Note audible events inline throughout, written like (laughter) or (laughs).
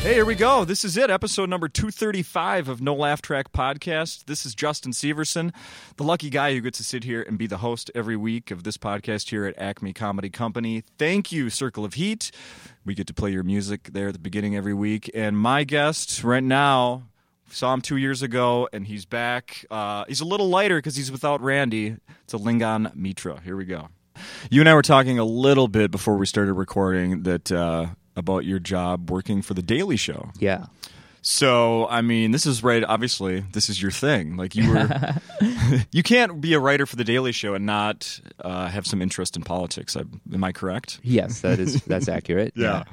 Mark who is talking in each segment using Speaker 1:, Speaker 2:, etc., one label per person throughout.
Speaker 1: here we go. This is it, episode number 235 of No Laugh Track Podcast. This is Justin Severson, the lucky guy who gets to sit here and be the host every week of this podcast here at Acme Comedy Company. Thank you, Circle of Heat. We get to play your music there at the beginning every week. And my guest right now, saw him two years ago, and he's back. Uh, he's a little lighter because he's without Randy. It's a Lingon Mitra. Here we go. You and I were talking a little bit before we started recording that uh, about your job working for the Daily Show.
Speaker 2: Yeah.
Speaker 1: So, I mean, this is right. Obviously, this is your thing. Like you
Speaker 2: (laughs)
Speaker 1: were, (laughs) you can't be a writer for the Daily Show and not uh, have some interest in politics. I, am I correct?
Speaker 2: Yes, that
Speaker 1: (laughs)
Speaker 2: is that's accurate.
Speaker 1: Yeah.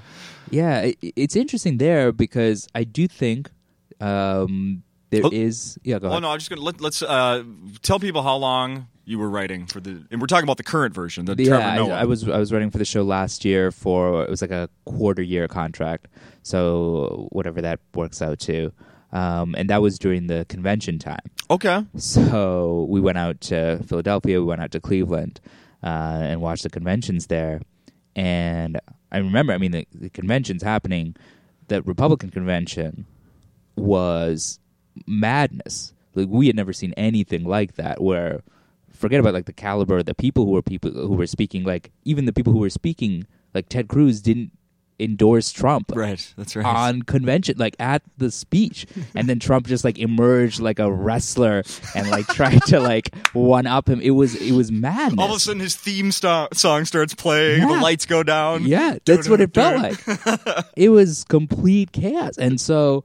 Speaker 2: Yeah, it, it's interesting there because I do think um, there is
Speaker 1: Oh.
Speaker 2: yeah. Go
Speaker 1: Oh
Speaker 2: ahead.
Speaker 1: no, I'm just gonna let, let's uh, tell people how long you were writing for the, and we're talking about the current version, the
Speaker 2: yeah,
Speaker 1: Trevor Noah.
Speaker 2: I, I was I was running for the show last year for it was like a quarter year contract, so whatever that works out to, um, and that was during the convention time.
Speaker 1: Okay.
Speaker 2: So we went out to Philadelphia, we went out to Cleveland, uh, and watched the conventions there. And I remember, I mean, the, the conventions happening, the Republican convention was madness. Like we had never seen anything like that. Where forget about like the caliber, of the people who were people who were speaking. Like even the people who were speaking, like Ted Cruz didn't endorse Trump
Speaker 1: Right. That's right.
Speaker 2: on convention, like at the speech, and then Trump just like emerged like a wrestler and like tried to like one up him. It was it was madness.
Speaker 1: All of a sudden, his theme sta- song starts playing. The
Speaker 2: Yeah.
Speaker 1: lights go down.
Speaker 2: yeah, that's what it felt like. It was complete chaos, and so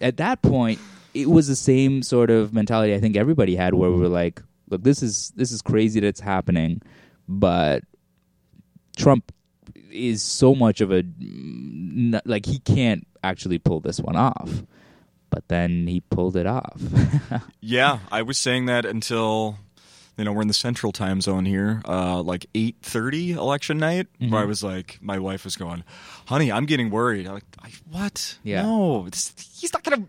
Speaker 2: at that point, it was the same sort of mentality I think everybody had, where we were like, "Look, this is this is crazy that's happening," but Trump is so much of a n- like he can't actually pull this one off. But then he pulled it off. (laughs)
Speaker 1: Yeah, I was saying that until you know we're in the central time zone here, uh, like eight thirty election night,
Speaker 2: Mm-hmm.
Speaker 1: where I was like, my wife was going, "Honey, I'm getting worried." I'm like, I, "What?
Speaker 2: Yeah.
Speaker 1: No, this, he's not gonna.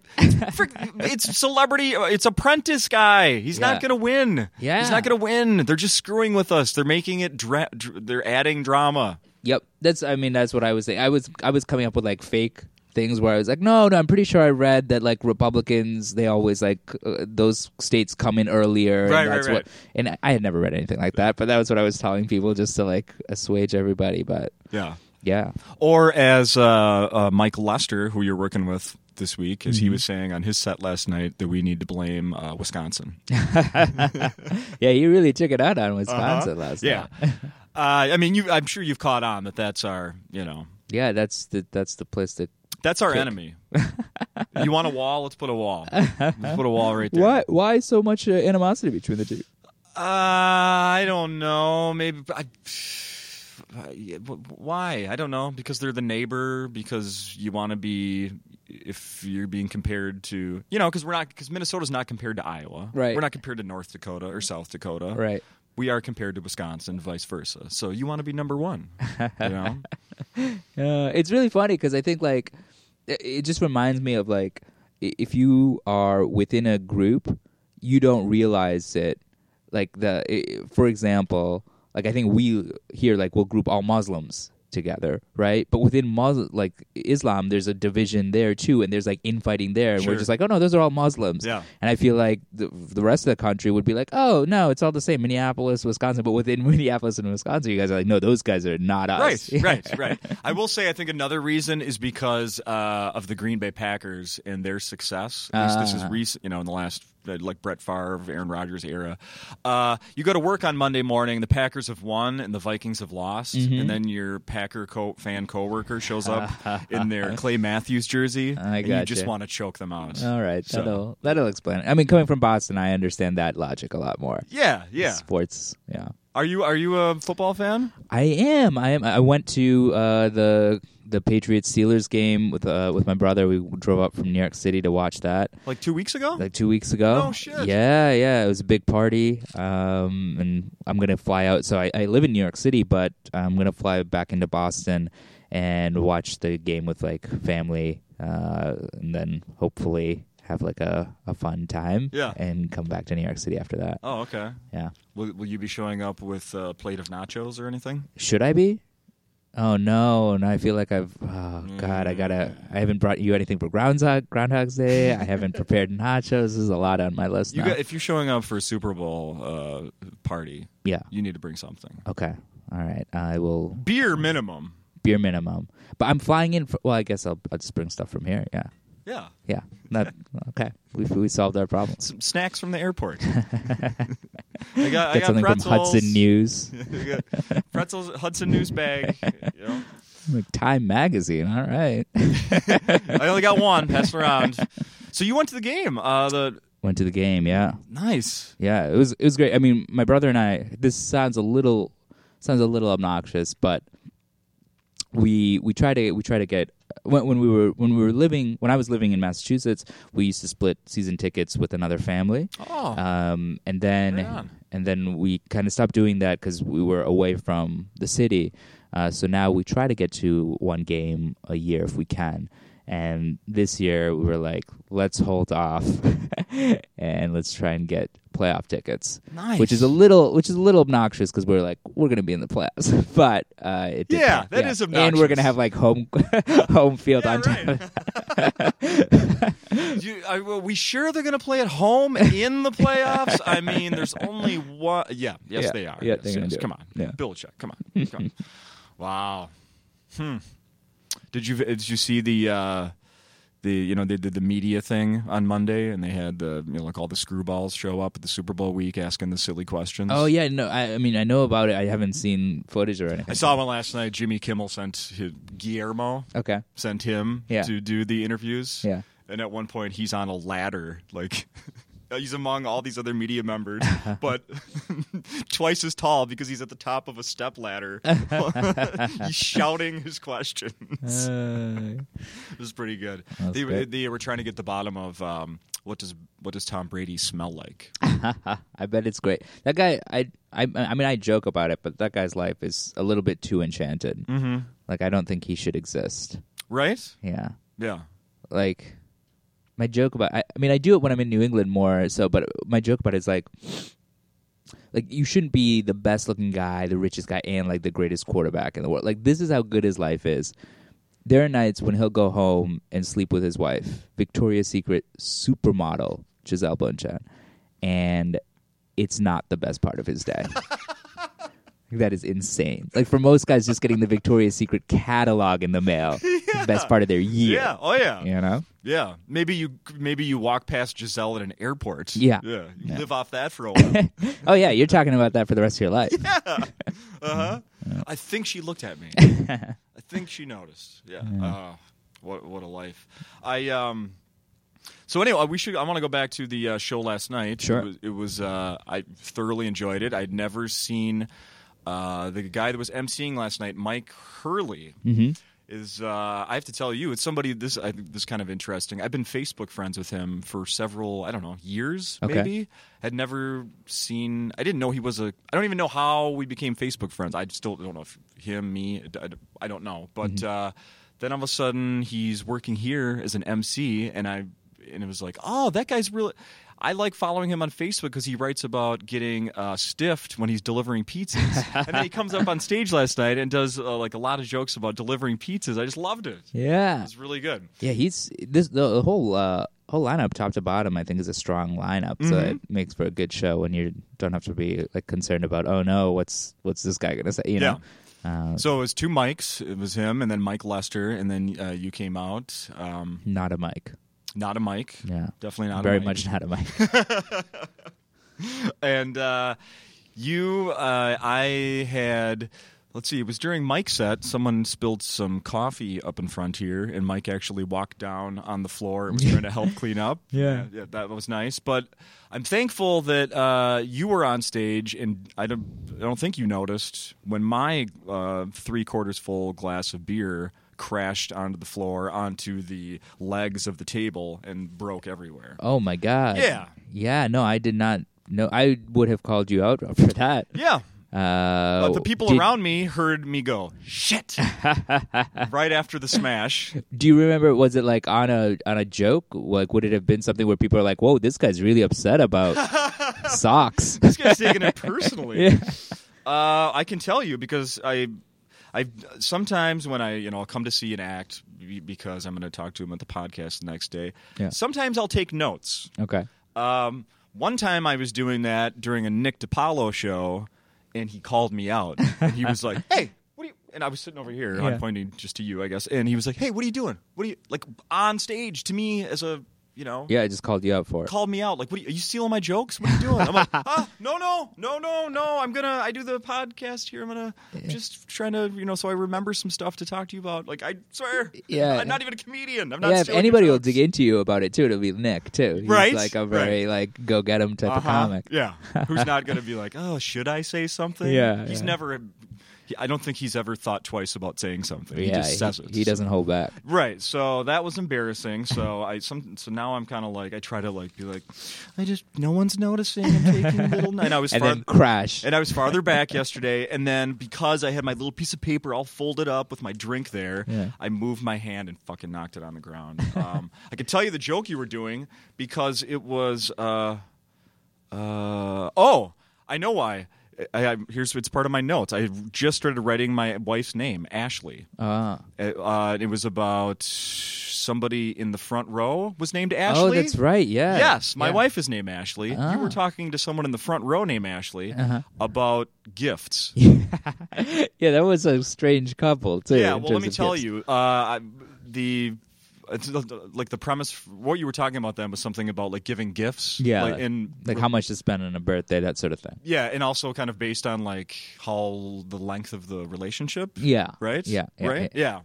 Speaker 1: (laughs) frick, it's celebrity. uh, It's Apprentice guy. He's not
Speaker 2: Yeah.
Speaker 1: gonna win.
Speaker 2: Yeah.
Speaker 1: he's not gonna win. They're just screwing with us. They're making it. Dra- dr- they're adding drama.
Speaker 2: yep, that's. I mean, that's what I was saying. I was I was coming up with like fake things where I was like, no, no, I'm pretty sure I read that like Republicans they always like uh, those states come in earlier.
Speaker 1: Right,
Speaker 2: and
Speaker 1: right,
Speaker 2: that's
Speaker 1: right.
Speaker 2: What, and I- I had never read anything like that, but that was what I was telling people just to like assuage everybody. But
Speaker 1: Yeah.
Speaker 2: yeah,
Speaker 1: Or as uh, uh, Mike Lester, who you're working with this week, as he was saying on his set last night, that we need to blame uh, (laughs) Wisconsin.
Speaker 2: yeah, you really took it out on Wisconsin last
Speaker 1: Yeah.
Speaker 2: night.
Speaker 1: (laughs) uh, I mean, you, I'm sure you've caught on that that's our, you know,
Speaker 2: Yeah, that's the that's the place that.
Speaker 1: that's our enemy. you want a wall? Let's put a wall. Let's put a wall (laughs) right there.
Speaker 2: Why why so much uh, animosity between the two?
Speaker 1: Uh, I don't know. Maybe. I, why? I don't know. Because they're the neighbor. Because you want to be. If you're being compared to, you know, because we're not, because Minnesota's not compared to Iowa.
Speaker 2: Right.
Speaker 1: We're not compared to North Dakota or South Dakota.
Speaker 2: Right.
Speaker 1: We are compared to Wisconsin, vice versa. So you want to be number one.
Speaker 2: (laughs)
Speaker 1: You know.
Speaker 2: Uh, it's really funny because I think like it, it just reminds me of like i- if you are within a group, you don't realize it. Like the i- for example, like I think we here like we'll group all Muslims together, right? But within Muslim like Islam, there's a division there too, and there's like infighting there, and
Speaker 1: Sure.
Speaker 2: we're just like, oh no, those are all Muslims.
Speaker 1: Yeah.
Speaker 2: And I feel like the, the rest of the country would be like, oh no, it's all the same, Minneapolis, Wisconsin. But within (laughs) Minneapolis and Wisconsin, you guys are like, no, those guys are not us. (laughs)
Speaker 1: Right, right, right. I will say, I think another reason is because uh, of the Green Bay Packers and their success. At least this is
Speaker 2: Ah.
Speaker 1: recent, you know, in the last uh, like Brett Favre, Aaron Rodgers era. Uh, you go to work on Monday morning, the Packers have won and the Vikings have lost,
Speaker 2: Mm-hmm.
Speaker 1: and then your Packer co- fan coworker shows
Speaker 2: (laughs)
Speaker 1: up in their Clay Matthews jersey,
Speaker 2: I
Speaker 1: and you
Speaker 2: gotcha.
Speaker 1: just want to choke them out.
Speaker 2: All right,
Speaker 1: So-
Speaker 2: that'll that'll explain. It. I mean, coming from Boston, I understand that logic a lot more.
Speaker 1: yeah, yeah.
Speaker 2: sports. Yeah,
Speaker 1: Are you are you a football fan?
Speaker 2: I am. I am. I went to uh, the the Patriots Steelers game with uh, with my brother. We drove up from New York City to watch that
Speaker 1: Like two weeks ago?
Speaker 2: like two weeks ago.
Speaker 1: No shit.
Speaker 2: Yeah, yeah. It was a big party. Um, and I'm gonna fly out. So I, I live in New York City, but I'm gonna fly back into Boston and watch the game with like family, uh, and then hopefully have like a, a fun time.
Speaker 1: Yeah.
Speaker 2: And come back to New York City after that.
Speaker 1: oh, okay.
Speaker 2: Yeah.
Speaker 1: Will, will you be showing up with a plate of nachos or anything?
Speaker 2: Should I be? Oh no! Now I feel like I've. Oh God!
Speaker 1: Mm.
Speaker 2: I gotta. I haven't brought you anything for Groundhog Groundhog's Day.
Speaker 1: (laughs)
Speaker 2: I haven't prepared nachos. There's a lot on my list
Speaker 1: You
Speaker 2: now.
Speaker 1: got, if you're showing up for a Super Bowl uh, party,
Speaker 2: yeah.
Speaker 1: you need to bring something.
Speaker 2: Okay. All right. I will
Speaker 1: Beer minimum.
Speaker 2: beer minimum. But I'm flying in. For, well, I guess I'll, I'll just bring stuff from here. Yeah.
Speaker 1: Yeah.
Speaker 2: Yeah. Not, okay. We we solved our problems.
Speaker 1: Some snacks from the
Speaker 2: (laughs)
Speaker 1: airport. I got, I
Speaker 2: Get
Speaker 1: got
Speaker 2: something
Speaker 1: pretzels.
Speaker 2: from
Speaker 1: (laughs)
Speaker 2: Hudson News,
Speaker 1: I got pretzels, Hudson news
Speaker 2: (laughs)
Speaker 1: bag. You know.
Speaker 2: like Time Magazine. All right.
Speaker 1: I only got one. Pass it around. So you went to the game. Uh, the
Speaker 2: Went to the game. Yeah.
Speaker 1: nice.
Speaker 2: Yeah, it was it was great. I mean, my brother and I. This sounds a little sounds a little obnoxious, but we we try to we try to get when, when we were when we were living when I was living in Massachusetts, we used to split season tickets with another family,
Speaker 1: Oh,
Speaker 2: um, and then
Speaker 1: Right on.
Speaker 2: and then we kind of stopped doing that because we were away from the city. Uh, so now we try to get to one game a year if we can. And this year we were like, let's hold off (laughs) and let's try and get playoff tickets,
Speaker 1: nice.
Speaker 2: which is a little which is a little obnoxious because we're like we're gonna be in the playoffs, (laughs) but uh, it did
Speaker 1: Yeah,
Speaker 2: pan-
Speaker 1: that is
Speaker 2: and we're
Speaker 1: obnoxious.
Speaker 2: gonna have like home (laughs) home field
Speaker 1: yeah,
Speaker 2: on top. (laughs)
Speaker 1: right. (laughs) you, I, well, we sure they're going to play at home in the playoffs? I mean, there's only one. Yeah, yes,
Speaker 2: Yeah,
Speaker 1: they are.
Speaker 2: yeah,
Speaker 1: yes,
Speaker 2: they're gonna
Speaker 1: yes.
Speaker 2: do it.
Speaker 1: Come on,
Speaker 2: Yeah.
Speaker 1: Bill check. Come
Speaker 2: (laughs)
Speaker 1: on, come on. Wow. Hmm. Did you did you see the? Uh, the you know they did the media thing on Monday and they had the you know like all the screwballs show up at the Super Bowl week asking the silly questions.
Speaker 2: Oh yeah, no, I, I mean I know about it. I haven't seen footage or anything.
Speaker 1: I saw one last night. Jimmy Kimmel sent his, Guillermo
Speaker 2: Okay.
Speaker 1: sent him
Speaker 2: Yeah.
Speaker 1: to do the interviews.
Speaker 2: Yeah.
Speaker 1: And at one point, he's on a ladder, like. (laughs) He's among all these other media (laughs) members, but twice as tall because he's at the top of a step ladder. (laughs) he's shouting his questions. It Uh, was pretty good.
Speaker 2: That's
Speaker 1: They,
Speaker 2: good.
Speaker 1: they were trying to get the bottom of um, what does what does Tom Brady smell like?
Speaker 2: (laughs) I bet it's great. That guy, I, I, I mean, I joke about it, but that guy's life is a little bit too enchanted.
Speaker 1: Mm.
Speaker 2: Mm-hmm. Like, I don't think he should exist.
Speaker 1: Right?
Speaker 2: Yeah,
Speaker 1: Yeah.
Speaker 2: like my joke about. I, I mean, I do it when I'm in New England more so, but my joke about it is like, like you shouldn't be the best looking guy, the richest guy, and like the greatest quarterback in the world. Like, this is how good his life is. There are nights when he'll go home and sleep with his wife, Victoria's Secret supermodel Giselle Bundchen, and it's not the best part of his day. (laughs) that is insane. Like for most guys, just getting the Victoria's Secret catalog in the mail, is the best part of their year.
Speaker 1: Yeah. Oh yeah.
Speaker 2: You know?
Speaker 1: Yeah, maybe you maybe you walk past Giselle at an airport.
Speaker 2: Yeah.
Speaker 1: yeah, you live off that for a while.
Speaker 2: Oh yeah, you're talking about that for the rest of
Speaker 1: (laughs)
Speaker 2: your life.
Speaker 1: uh-huh. I think she looked at
Speaker 2: (laughs)
Speaker 1: me. I think she noticed. Yeah. Uh, what what a life. I um. So anyway, we should. I want to go back to the uh, show last night.
Speaker 2: Sure.
Speaker 1: It was. It was uh, I thoroughly enjoyed it. I'd never seen uh, the guy that was emceeing last night, Mike Hurley.
Speaker 2: Mm-hmm.
Speaker 1: Is uh, I have to tell you, it's somebody this I, think this is kind of interesting. I've been Facebook friends with him for several I don't know years
Speaker 2: Okay.
Speaker 1: maybe. Had never seen. I didn't know he was a. I don't even know how we became Facebook friends. I still don't know if him, me. I d- I don't know. But uh, then all of a sudden, he's working here as an MC, and I and it was like, oh, that guy's really. I like following him on Facebook because he writes about getting uh, stiffed when he's delivering pizzas, and then he comes up on stage last night and does uh, like a lot of jokes about delivering pizzas. I just loved it. It
Speaker 2: Yeah,
Speaker 1: was really good.
Speaker 2: yeah. He's this the, the whole uh, whole lineup, top to bottom. I think is a strong lineup, so
Speaker 1: Mm-hmm.
Speaker 2: it makes for a good show when you don't have to be like concerned about oh no, what's what's this guy gonna say? You know? Uh,
Speaker 1: So it was two mics. It was him, and then Mike Lester, and then uh, you came out. Um,
Speaker 2: not a mic.
Speaker 1: not a mic.
Speaker 2: Yeah,
Speaker 1: Definitely not a
Speaker 2: very
Speaker 1: mic.
Speaker 2: much not a mic. (laughs)
Speaker 1: And uh, you, uh, I had. Let's see. It was during Mike's set. Someone spilled some coffee up in front here, and Mike actually walked down on the floor and was trying to
Speaker 2: (laughs)
Speaker 1: help clean up.
Speaker 2: Yeah.
Speaker 1: yeah, that was nice. But I'm thankful that uh, you were on stage, and I don't, I don't think you noticed when my uh, three quarters full glass of beer crashed onto the floor, onto the legs of the table, and broke everywhere.
Speaker 2: oh my god.
Speaker 1: Yeah.
Speaker 2: yeah. No, I did not. No, I would have called you out for that.
Speaker 1: Yeah,
Speaker 2: Uh,
Speaker 1: But the people
Speaker 2: did-
Speaker 1: around me heard me go
Speaker 2: (laughs)
Speaker 1: shit right after the smash.
Speaker 2: Do you remember? Was it like on a on a joke? Like, would it have been something where people are like, "Whoa, this guy's really
Speaker 1: (laughs)
Speaker 2: upset about socks"? (laughs)
Speaker 1: This guy's taking it personally. Uh, I can tell you because I I sometimes when I you know I'll come to see an act be- because I'm going to talk to him at the podcast the next day.
Speaker 2: Yeah.
Speaker 1: Sometimes I'll take notes.
Speaker 2: Okay.
Speaker 1: Um, one time I was doing that during a Nick DiPaolo show, and he called me out. And he was like, "Hey, what are you?" And I was sitting over here,
Speaker 2: Yeah.
Speaker 1: I'm pointing just to you, I guess. And he was like, "Hey, what are you doing? What are you like on stage to me as a you know?"
Speaker 2: Yeah, I just called you up for it.
Speaker 1: Called me out like, "What are you, are you stealing my jokes? What are you doing?" I'm
Speaker 2: (laughs)
Speaker 1: like, "Huh? No, no, no, no, no! I'm gonna. I do the podcast here. I'm gonna just trying to, you know, so I remember some stuff to talk to you about. Like, I swear,
Speaker 2: Yeah.
Speaker 1: I'm not even a comedian. I'm not.
Speaker 2: Yeah, if
Speaker 1: stealing your
Speaker 2: anybody will
Speaker 1: jokes.
Speaker 2: dig into you about it too, it'll be Nick too. He's
Speaker 1: Right,
Speaker 2: like a very like go get him type of
Speaker 1: Uh-huh.
Speaker 2: comic.
Speaker 1: Yeah, who's not going to be
Speaker 2: (laughs)
Speaker 1: like, oh, should I say something?
Speaker 2: Yeah,
Speaker 1: he's
Speaker 2: yeah.
Speaker 1: never. he- I don't think he's ever thought twice about saying something. he
Speaker 2: yeah,
Speaker 1: just says it.
Speaker 2: he doesn't hold back.
Speaker 1: Right, so that was embarrassing. So I some so now I'm kind of like I try to like be like, I just no one's noticing. I'm taking a
Speaker 2: (laughs)
Speaker 1: little. And I was
Speaker 2: And
Speaker 1: far-
Speaker 2: then
Speaker 1: (laughs)
Speaker 2: crash.
Speaker 1: and I was farther back yesterday, and then because I had my little piece of paper all folded up with my drink there,
Speaker 2: Yeah.
Speaker 1: I moved my hand and fucking knocked it on the ground. Um, (laughs) I could tell you the joke you were doing because it was. Uh, uh, oh, I know why. I, I, here's it's part of my notes. I just started writing my wife's name, Ashley.
Speaker 2: Ah.
Speaker 1: Uh, uh, it was about somebody in the front row was named Ashley.
Speaker 2: oh, that's right. Yeah.
Speaker 1: Yes, my
Speaker 2: Yeah. Ah.
Speaker 1: wife is named Ashley. You were talking to someone in the front row named Ashley
Speaker 2: Uh-huh.
Speaker 1: about
Speaker 2: (laughs)
Speaker 1: gifts. Yeah,
Speaker 2: yeah, that was a strange couple too. in
Speaker 1: well, let
Speaker 2: terms
Speaker 1: me
Speaker 2: of
Speaker 1: tell
Speaker 2: gifts.
Speaker 1: you, uh, I- the. It's the- like the premise. What you were talking about then was something about like giving gifts,
Speaker 2: Yeah,
Speaker 1: like, and
Speaker 2: like how much to spend on a birthday, that sort of thing.
Speaker 1: yeah, and also kind of based on like how the length of the relationship,
Speaker 2: Yeah.
Speaker 1: right?
Speaker 2: Yeah. yeah,
Speaker 1: right.
Speaker 2: yeah.
Speaker 1: Yeah.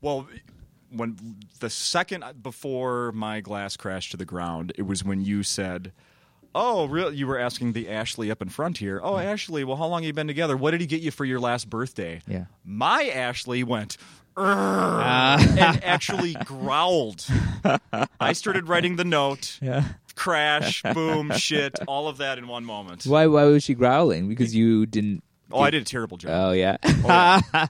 Speaker 1: Well, when the second before my glass crashed to the ground, it was when you said, "Oh, real?" You were asking the Ashley up in front here. Oh, Ashley. Well, how long have you been together? What did he get you for your last birthday?
Speaker 2: Yeah. Ah.
Speaker 1: My Ashley went. "Urgh," and actually growled. I started writing the note.
Speaker 2: Yeah.
Speaker 1: Crash, boom, shit, all of that in one moment.
Speaker 2: Why? Why was she growling? Because you didn't.
Speaker 1: Oh, I did a terrible job.
Speaker 2: Oh yeah. (laughs)
Speaker 1: Oh, yeah.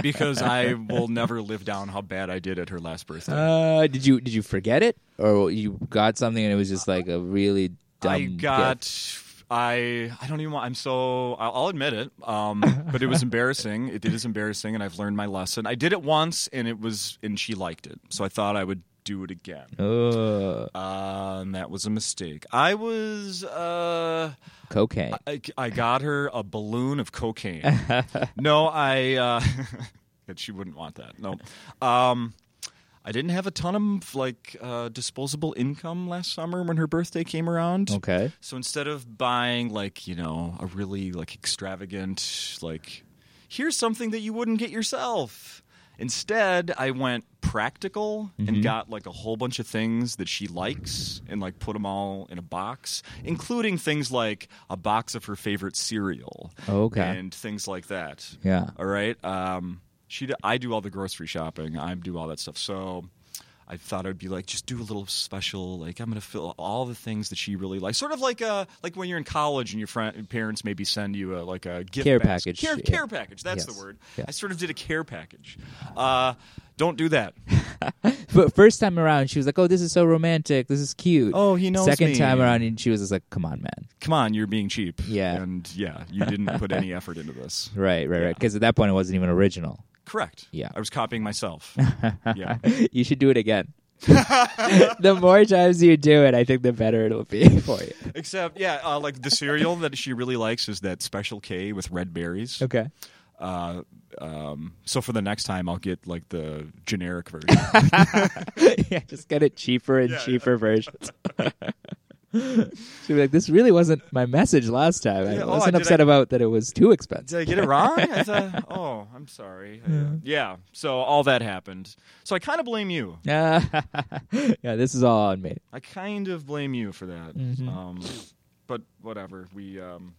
Speaker 1: because I will never live down how bad I did at her last birthday.
Speaker 2: Uh, did you did you forget it, or you got something and it was just like a really dumb?
Speaker 1: I got.
Speaker 2: gift?
Speaker 1: I I don't even want. I'm so. I'll, I'll admit it. Um, but it was embarrassing. It, it is embarrassing, and I've learned my lesson. I did it once, and it was, and she liked it. So I thought I would do it again.
Speaker 2: Ugh,
Speaker 1: Uh, and that was a mistake. I was. Uh,
Speaker 2: cocaine.
Speaker 1: I, I got her a balloon of cocaine. no, I. Uh, (laughs) and she wouldn't want that. No. Um, I didn't have a ton of like uh, disposable income last summer when her birthday came around.
Speaker 2: okay.
Speaker 1: So instead of buying like you know a really like extravagant like here's something that you wouldn't get yourself. Instead, I went practical and got like a whole bunch of things that she likes and like put them all in a box, including things like a box of her favorite cereal.
Speaker 2: Okay.
Speaker 1: And things like that.
Speaker 2: Yeah.
Speaker 1: All right. Um, she, d- I do all the grocery shopping. I do all that stuff. So I thought I'd be like, just do a little special. Like I'm gonna fill all the things that she really likes. Sort of like uh like when you're in college and your friend, parents maybe send you a like a gift
Speaker 2: Care
Speaker 1: basket.
Speaker 2: package,
Speaker 1: Care,
Speaker 2: yeah.
Speaker 1: care package. That's
Speaker 2: Yes.
Speaker 1: the word.
Speaker 2: Yeah.
Speaker 1: I sort of did a care package. Uh, don't do that.
Speaker 2: But first time around, she was like, "Oh, this is so romantic. This is cute."
Speaker 1: Oh, he knows
Speaker 2: Second
Speaker 1: me.
Speaker 2: time around, and she was just like, "Come on, man."
Speaker 1: Come on, you're being cheap.
Speaker 2: Yeah.
Speaker 1: And yeah, you didn't put
Speaker 2: (laughs)
Speaker 1: any effort into this.
Speaker 2: Right, right, right. Because at that point, it wasn't even original. (laughs)
Speaker 1: Correct.
Speaker 2: Yeah.
Speaker 1: I was copying
Speaker 2: (laughs)
Speaker 1: myself. yeah.
Speaker 2: you should do
Speaker 1: (laughs)
Speaker 2: it again. (laughs) the more times you do it, I think the better it'll be (laughs) for you.
Speaker 1: Except, yeah, uh, like the cereal that she really likes is that Special K with red berries.
Speaker 2: Okay.
Speaker 1: Uh, um, so for the next time, I'll get like the generic version. (laughs)
Speaker 2: (laughs) yeah, just get it cheaper and
Speaker 1: Yeah, (laughs)
Speaker 2: cheaper versions. (laughs) She'll be like, "This really wasn't my message last time. I
Speaker 1: Yeah, oh,
Speaker 2: wasn't
Speaker 1: did
Speaker 2: upset
Speaker 1: I-
Speaker 2: about that it was too expensive."
Speaker 1: Did I get it wrong? I thought, oh, I'm sorry. Yeah. So all that happened. So I kind of blame you.
Speaker 2: Ah, (laughs) yeah, this is all on me.
Speaker 1: I kind of blame you for that. Um, but whatever. We um,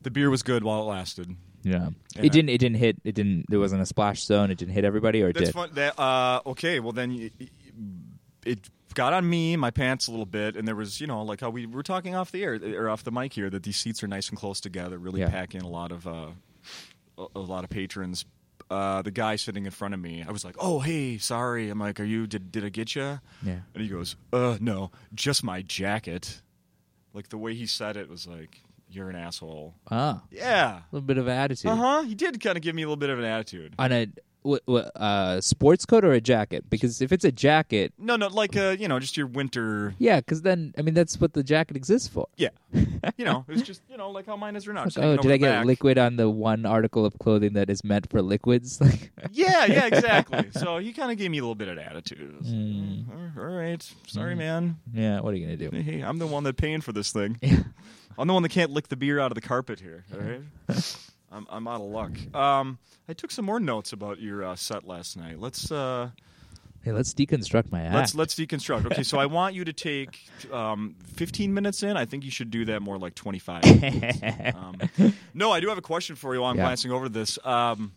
Speaker 1: the beer was good while it lasted.
Speaker 2: Yeah,
Speaker 1: And I-
Speaker 2: it didn't. It didn't hit. It didn't. There wasn't a splash zone. It didn't hit everybody, or it
Speaker 1: That's
Speaker 2: did.
Speaker 1: fun. That uh, okay. Well, then y- y- it got on me, my pants a little bit, and there was you know like how we were talking off the air or off the mic here that these seats are nice and close together, really
Speaker 2: Yeah.
Speaker 1: pack in a lot of uh, a, a lot of patrons. Uh, the guy sitting in front of me, I was like, "Oh, hey, sorry." I'm like, "Are you? Did did I get you?"
Speaker 2: Yeah.
Speaker 1: And he goes, "Uh, no, just my jacket." Like the way he said it was like, you're an asshole.
Speaker 2: Ah,
Speaker 1: Yeah.
Speaker 2: a little bit of an attitude.
Speaker 1: Uh huh. He did kind of give me a little bit of an attitude.
Speaker 2: On a w- w- uh, sports coat or a jacket? Because if it's a jacket,
Speaker 1: No, no, like uh, you know, just your winter.
Speaker 2: yeah, because then I mean that's what the jacket exists for.
Speaker 1: Yeah. You know, it was just you know, like how mine is
Speaker 2: (laughs)
Speaker 1: right now. just
Speaker 2: oh,
Speaker 1: hanging
Speaker 2: did
Speaker 1: over
Speaker 2: I
Speaker 1: the
Speaker 2: get
Speaker 1: back.
Speaker 2: liquid on the one article of clothing that is meant for liquids? (laughs) Like,
Speaker 1: (laughs) Yeah,
Speaker 2: (laughs)
Speaker 1: yeah, exactly. so he kind of gave me a little bit of an attitude. It was like,
Speaker 2: Hmm.
Speaker 1: "Mm, All right, sorry, man.
Speaker 2: yeah, what are you gonna do?
Speaker 1: Hey, I'm the one that's paying for this thing.
Speaker 2: Yeah.
Speaker 1: I'm the one that can't lick the beer out of the carpet here. All right,
Speaker 2: (laughs)
Speaker 1: I'm I'm out of luck. Um, I took some more notes about your uh, set last night. Let's uh,
Speaker 2: (laughs) Hey, let's deconstruct my act.
Speaker 1: let's let's deconstruct. Okay, so I want you to take um, 15 minutes in. I think you should do that more like
Speaker 2: (laughs)
Speaker 1: 25. minutes. um, no, I do have a question for you. while I'm
Speaker 2: Yeah.
Speaker 1: glancing over this. Um,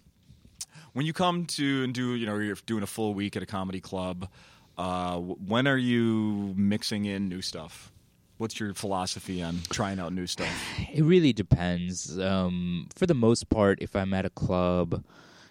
Speaker 1: when you come to and do, you know, you're doing a full week at a comedy club. Uh, w- when are you mixing in new stuff? What's your philosophy on trying out new stuff?
Speaker 2: (sighs) It really depends. Um, for the most part, if I'm at a club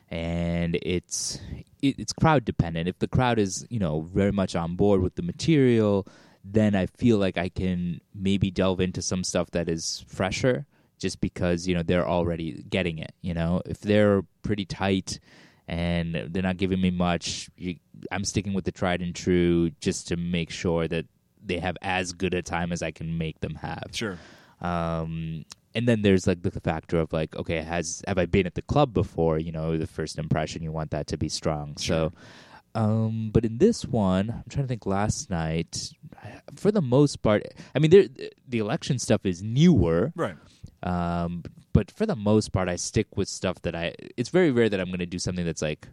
Speaker 2: and it's it, it's crowd dependent. If the crowd is you know very much on board with the material, then I feel like I can maybe delve into some stuff that is fresher, just because you know they're already getting it. You know, if they're pretty tight and they're not giving me much, you, I'm sticking with the tried and true just to make sure that they have as good a time as I can make them have.
Speaker 1: Sure.
Speaker 2: Um, and then there's like the factor of like, okay, has have I been at the club before? You know, the first impression you want that to be strong. So, um, but in this one, I'm trying to think. Last night, for the most part, I mean, there, the election stuff is newer,
Speaker 1: Right.
Speaker 2: um, but for the most part, I stick with stuff that I. It's very rare that I'm going to do something that's like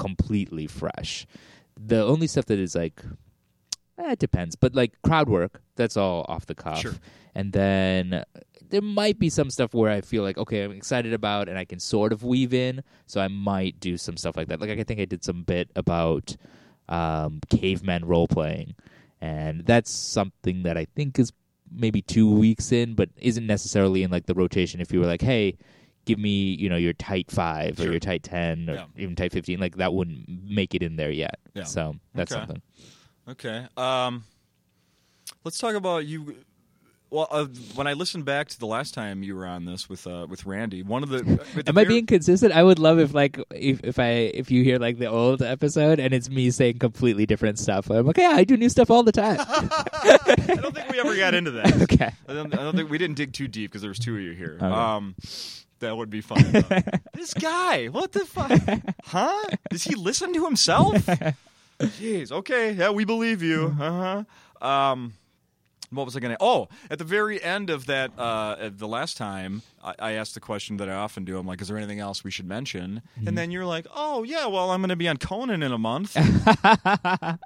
Speaker 2: completely fresh. The only stuff that is like, eh, it depends. But like crowd work, that's all off the cuff.
Speaker 1: Sure.
Speaker 2: And then uh, there might be some stuff where I feel like okay, I'm excited about, and I can sort of weave in. So I might do some stuff like that. Like I think I did some bit about um, cavemen role playing, and that's something that I think is maybe two weeks in, but isn't necessarily in like the rotation. If you were like, hey, give me you know your tight five or
Speaker 1: Sure.
Speaker 2: your tight ten or
Speaker 1: Yeah.
Speaker 2: even tight fifteen, like that wouldn't make it in there yet.
Speaker 1: Yeah.
Speaker 2: So that's
Speaker 1: Okay.
Speaker 2: something.
Speaker 1: Okay. Um, let's talk about you. Well, uh, when I listened back to the last time you were on this with uh, with Randy, one of the with the
Speaker 2: (laughs) Am I
Speaker 1: very-
Speaker 2: being consistent? I would love if like if, if I if you hear like the old episode and it's me saying completely different stuff. I'm like, yeah, I do new stuff all
Speaker 1: (laughs)
Speaker 2: the time.
Speaker 1: I don't think we ever got
Speaker 2: (laughs)
Speaker 1: into that.
Speaker 2: okay.
Speaker 1: I don't, I don't think we didn't dig too deep because there was two of you here.
Speaker 2: Okay.
Speaker 1: Um, that would be fun.
Speaker 2: (laughs)
Speaker 1: though. this guy, what the fuck? Huh? Does he listen to himself? Jeez. Okay. Yeah, we believe you.
Speaker 2: Mm-hmm.
Speaker 1: Uh huh. Um, what was I going to? Oh, at the very end of that, uh, at the last time, I, I asked the question that I often do. I'm like, "Is there anything else we should mention?"
Speaker 2: Mm-hmm.
Speaker 1: And then you're like, "Oh yeah, well, I'm going to be on Conan in a
Speaker 2: (laughs)
Speaker 1: month."
Speaker 2: yeah, that's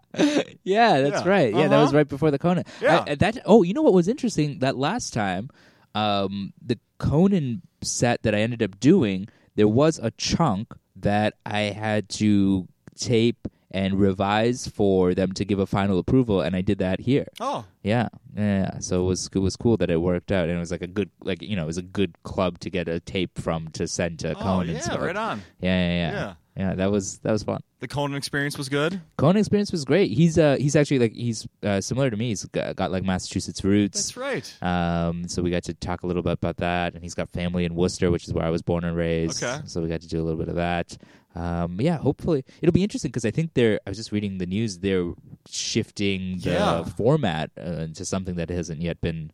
Speaker 1: Yeah.
Speaker 2: right. Yeah, that was
Speaker 1: Uh-huh.
Speaker 2: right before the Conan. I-
Speaker 1: Yeah.
Speaker 2: I- that oh, you know what was interesting? That last time, um, the Conan set that I ended up doing, there was a chunk that I had to tape and revise for them to give a final approval, and I did that here.
Speaker 1: oh,
Speaker 2: Yeah, yeah. So it was it was cool that it worked out, and it was like a good like you know it was a good club to get a tape from to send to
Speaker 1: oh
Speaker 2: Conan.
Speaker 1: yeah,
Speaker 2: so
Speaker 1: right on.
Speaker 2: Yeah, yeah, yeah,
Speaker 1: Yeah.
Speaker 2: Yeah, that was that was fun.
Speaker 1: The Conan experience was good.
Speaker 2: Conan experience was great. He's uh he's actually like he's uh, similar to me. He's got, got like Massachusetts roots.
Speaker 1: That's right.
Speaker 2: Um, so we got to talk a little bit about that, and he's got family in Worcester, which is where I was born and raised.
Speaker 1: Okay.
Speaker 2: So we got to do a little bit of that. Um, yeah, hopefully it'll be interesting because I think they're. I was just reading the news; they're shifting the
Speaker 1: Yeah.
Speaker 2: format uh, into something that hasn't yet been,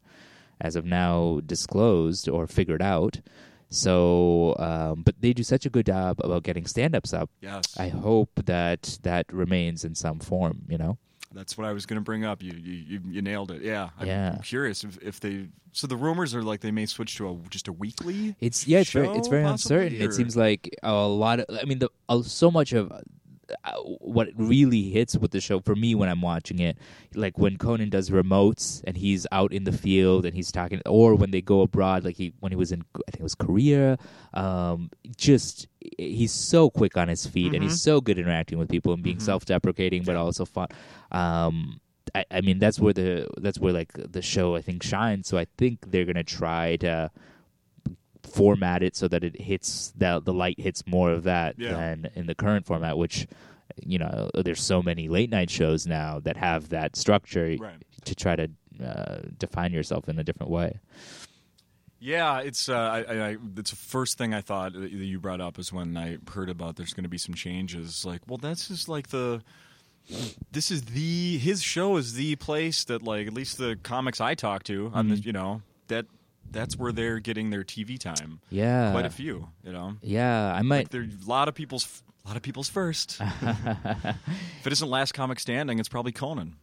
Speaker 2: as of now, disclosed or figured out. So, um, but they do such a good job about getting stand-ups up
Speaker 1: Yes.
Speaker 2: I hope that that remains in some form, you know?
Speaker 1: That's what I was going to bring up. You you, you, you nailed it. Yeah. I'm
Speaker 2: Yeah.
Speaker 1: curious if, if they. So the rumors are like they may switch to a just a weekly.
Speaker 2: It's yeah, it's very it's
Speaker 1: show,
Speaker 2: very
Speaker 1: possibly,
Speaker 2: uncertain.
Speaker 1: or-
Speaker 2: It seems like a lot of I mean the uh, so much of uh, what really hits with the show for me when I'm watching it, like when Conan does remotes and he's out in the field and he's talking or when they go abroad like he when he was in I think it was Korea, um just he's so quick on his feet
Speaker 1: Mm-hmm.
Speaker 2: and he's so good interacting with people and being self-deprecating but also fun. Um I, I mean that's where the that's where like the show I think shines. So I think they're gonna try to format it so that it hits that the light hits more of that
Speaker 1: Yeah.
Speaker 2: than in the current format, which you know there's so many late night shows now that have that structure
Speaker 1: Right.
Speaker 2: to try to uh, define yourself in a different way.
Speaker 1: Yeah, it's uh, I, I, I- it's the first thing I thought that you brought up is when I heard about there's going to be some changes. Like, well, this is like the this is the his show is the place that like at least the comics I talk to on
Speaker 2: Mm-hmm.
Speaker 1: this, you know that that's where they're getting their TV time.
Speaker 2: Yeah.
Speaker 1: quite a few, you know.
Speaker 2: Yeah, I might.
Speaker 1: There a lot of people's a lot of people's
Speaker 2: (laughs)
Speaker 1: first. if it isn't last comic standing, it's probably Conan.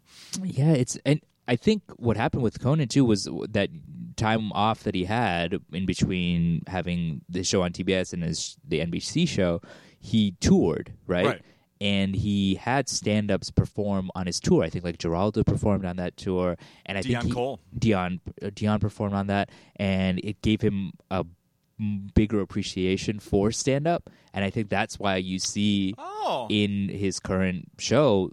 Speaker 2: Yeah, it's and I think what happened with Conan too was that time off that he had in between having the show on TBS and his the NBC show, he toured right.
Speaker 1: Right.
Speaker 2: And he had stand-ups perform on his tour. I think like Geraldo performed on that tour, and I
Speaker 1: Dionne
Speaker 2: think he,
Speaker 1: Cole.
Speaker 2: Dion uh, Dion performed on that, and it gave him a m- bigger appreciation for stand-up. And I think that's why you see
Speaker 1: Oh,
Speaker 2: in his current show.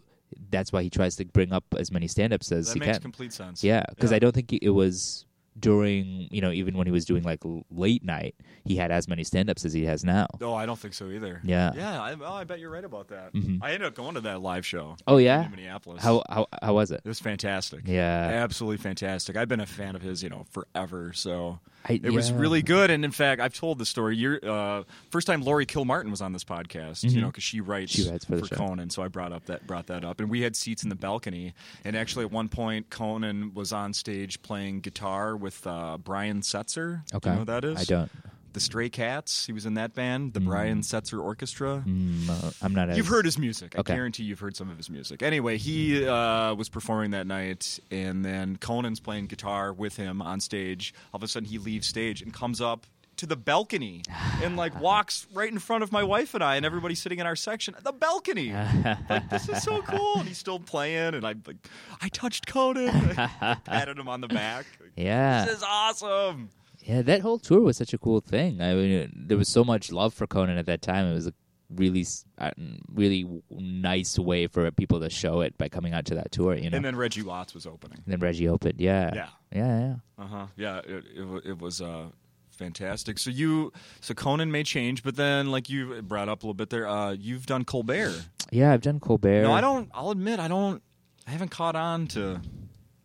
Speaker 2: That's why he tries to bring up as many stand-ups as
Speaker 1: that
Speaker 2: he
Speaker 1: makes
Speaker 2: can.
Speaker 1: complete sense.
Speaker 2: yeah, because I don't think it was during you know even when he was doing like l- late night, he had as many stand-ups as he has now.
Speaker 1: No, Oh, I don't think so either.
Speaker 2: Yeah.
Speaker 1: Yeah. I, oh, I bet you're right about that. I ended up going to that live show.
Speaker 2: Oh yeah,
Speaker 1: in Minneapolis.
Speaker 2: how how how was it?
Speaker 1: it was fantastic.
Speaker 2: Yeah,
Speaker 1: Absolutely fantastic. I've been a fan of his, you know, forever. So
Speaker 2: I-
Speaker 1: it was
Speaker 2: yeah.
Speaker 1: really good. And in fact, I've told the story. You're, uh, first time Lori Kilmartin was on this podcast, you know, because she writes,
Speaker 2: Mm-hmm. She writes for the show.
Speaker 1: Conan. So I brought up that brought that up, and we had seats in the balcony. And actually, at one point, Conan was on stage playing guitar with uh, Brian Setzer. Do
Speaker 2: Okay,
Speaker 1: you know who that is?
Speaker 2: I don't.
Speaker 1: The Stray Cats. He was in that band, the Brian Setzer Orchestra.
Speaker 2: Mm, uh, I'm not. as-
Speaker 1: You've heard his music.
Speaker 2: Okay.
Speaker 1: I guarantee you've heard some of his music. Anyway, he uh, was performing that night, and then Conan's playing guitar with him on stage. All of a sudden, he leaves stage and comes up to the balcony and
Speaker 2: (laughs)
Speaker 1: like walks right in front of my wife and I and everybody sitting in our section. The balcony, like this is so cool. And he's still playing, and I'm like, I touched Conan. I patted him on the
Speaker 2: (laughs)
Speaker 1: back.
Speaker 2: Yeah,
Speaker 1: This is awesome.
Speaker 2: yeah. That whole tour was such a cool thing. I mean, it- there was so much love for Conan at that time. It was a really, s- uh, really w- nice way for people to show it by coming out to that tour. You know,
Speaker 1: And then Reggie Watts was opening.
Speaker 2: And then Reggie opened. Yeah.
Speaker 1: Yeah.
Speaker 2: Yeah. Yeah.
Speaker 1: Uh huh. Yeah, it, it, wa- it was uh, fantastic. So you, so Conan may change, but then like you brought up a little bit there, uh, you've done Colbert.
Speaker 2: Yeah, I've done Colbert.
Speaker 1: No, I don't. I'll admit, I don't. I haven't caught on to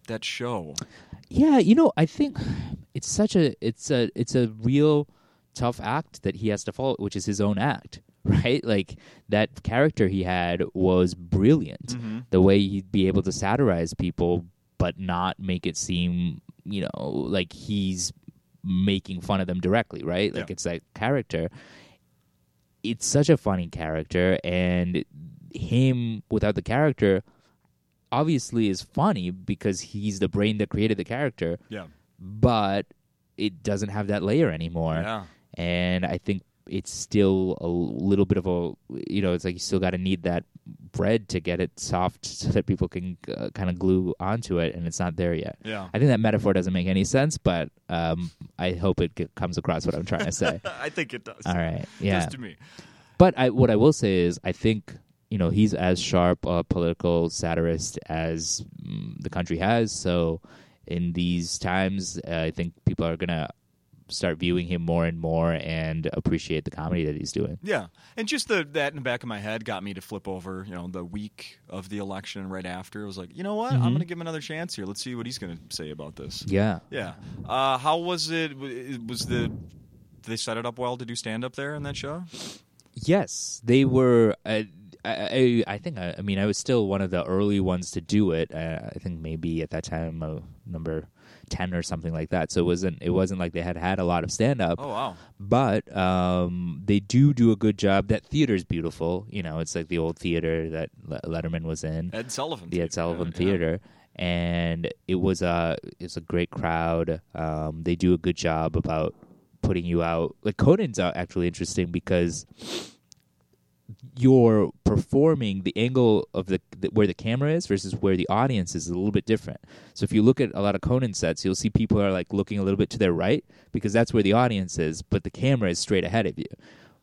Speaker 1: that show.
Speaker 2: Yeah, you know, I think it's such a it's a it's a real tough act that he has to follow, which is his own act, (laughs) right? Like that character he had was brilliant.
Speaker 1: Mm-hmm.
Speaker 2: The way he'd be able to satirize people but not make it seem, you know, like he's making fun of them directly, right? Like
Speaker 1: Yeah.
Speaker 2: it's that character. It's such a funny character and him without the character obviously is funny because he's the brain that created the character,
Speaker 1: Yeah.
Speaker 2: but it doesn't have that layer anymore.
Speaker 1: Yeah.
Speaker 2: And I think it's still a little bit of a, you know, it's like you still got to need that bread to get it soft so that people can uh, kind of glue onto it, and it's not there yet.
Speaker 1: Yeah.
Speaker 2: I think that metaphor doesn't make any sense, but um, I hope it get, comes across what I'm trying
Speaker 1: (laughs)
Speaker 2: to say.
Speaker 1: I think it does.
Speaker 2: All right. Yeah.
Speaker 1: Just to me.
Speaker 2: But I, what I will say is, I think you know he's as sharp a political satirist as mm, the country has. So in these times, uh, I think people are gonna start viewing him more and more and appreciate the comedy that he's doing.
Speaker 1: Yeah, and just the that in the back of my head got me to flip over. You know, the week of the election, right after, I was like, you know
Speaker 2: Mm-hmm.
Speaker 1: what? I'm going to give him another chance here. Let's see what he's going to say about this.
Speaker 2: Yeah.
Speaker 1: Yeah. Uh, how was it? W- Was the did they set it up well to do stand up there in that show?
Speaker 2: Yes, they were. Uh, I, I I think I, I mean I was still one of the early ones to do it. Uh, I think maybe at that time uh, number ten or something like that. So it wasn't it wasn't like they had had a lot of stand up.
Speaker 1: Oh wow.
Speaker 2: but um, they do do a good job. That theater's beautiful. You know, it's like the old theater that Le- Letterman was in,
Speaker 1: Ed Sullivan.
Speaker 2: the Ed Sullivan
Speaker 1: Yeah, yeah.
Speaker 2: Theater, and it was a it's a great crowd. Um, they do a good job about putting you out. Like Conan's out actually interesting because you're performing the angle of the, the where the camera is versus where the audience is is a little bit different. So if you look at a lot of Conan sets, you'll see people are like looking a little bit to their right because that's where the audience is, but the camera is straight ahead of you.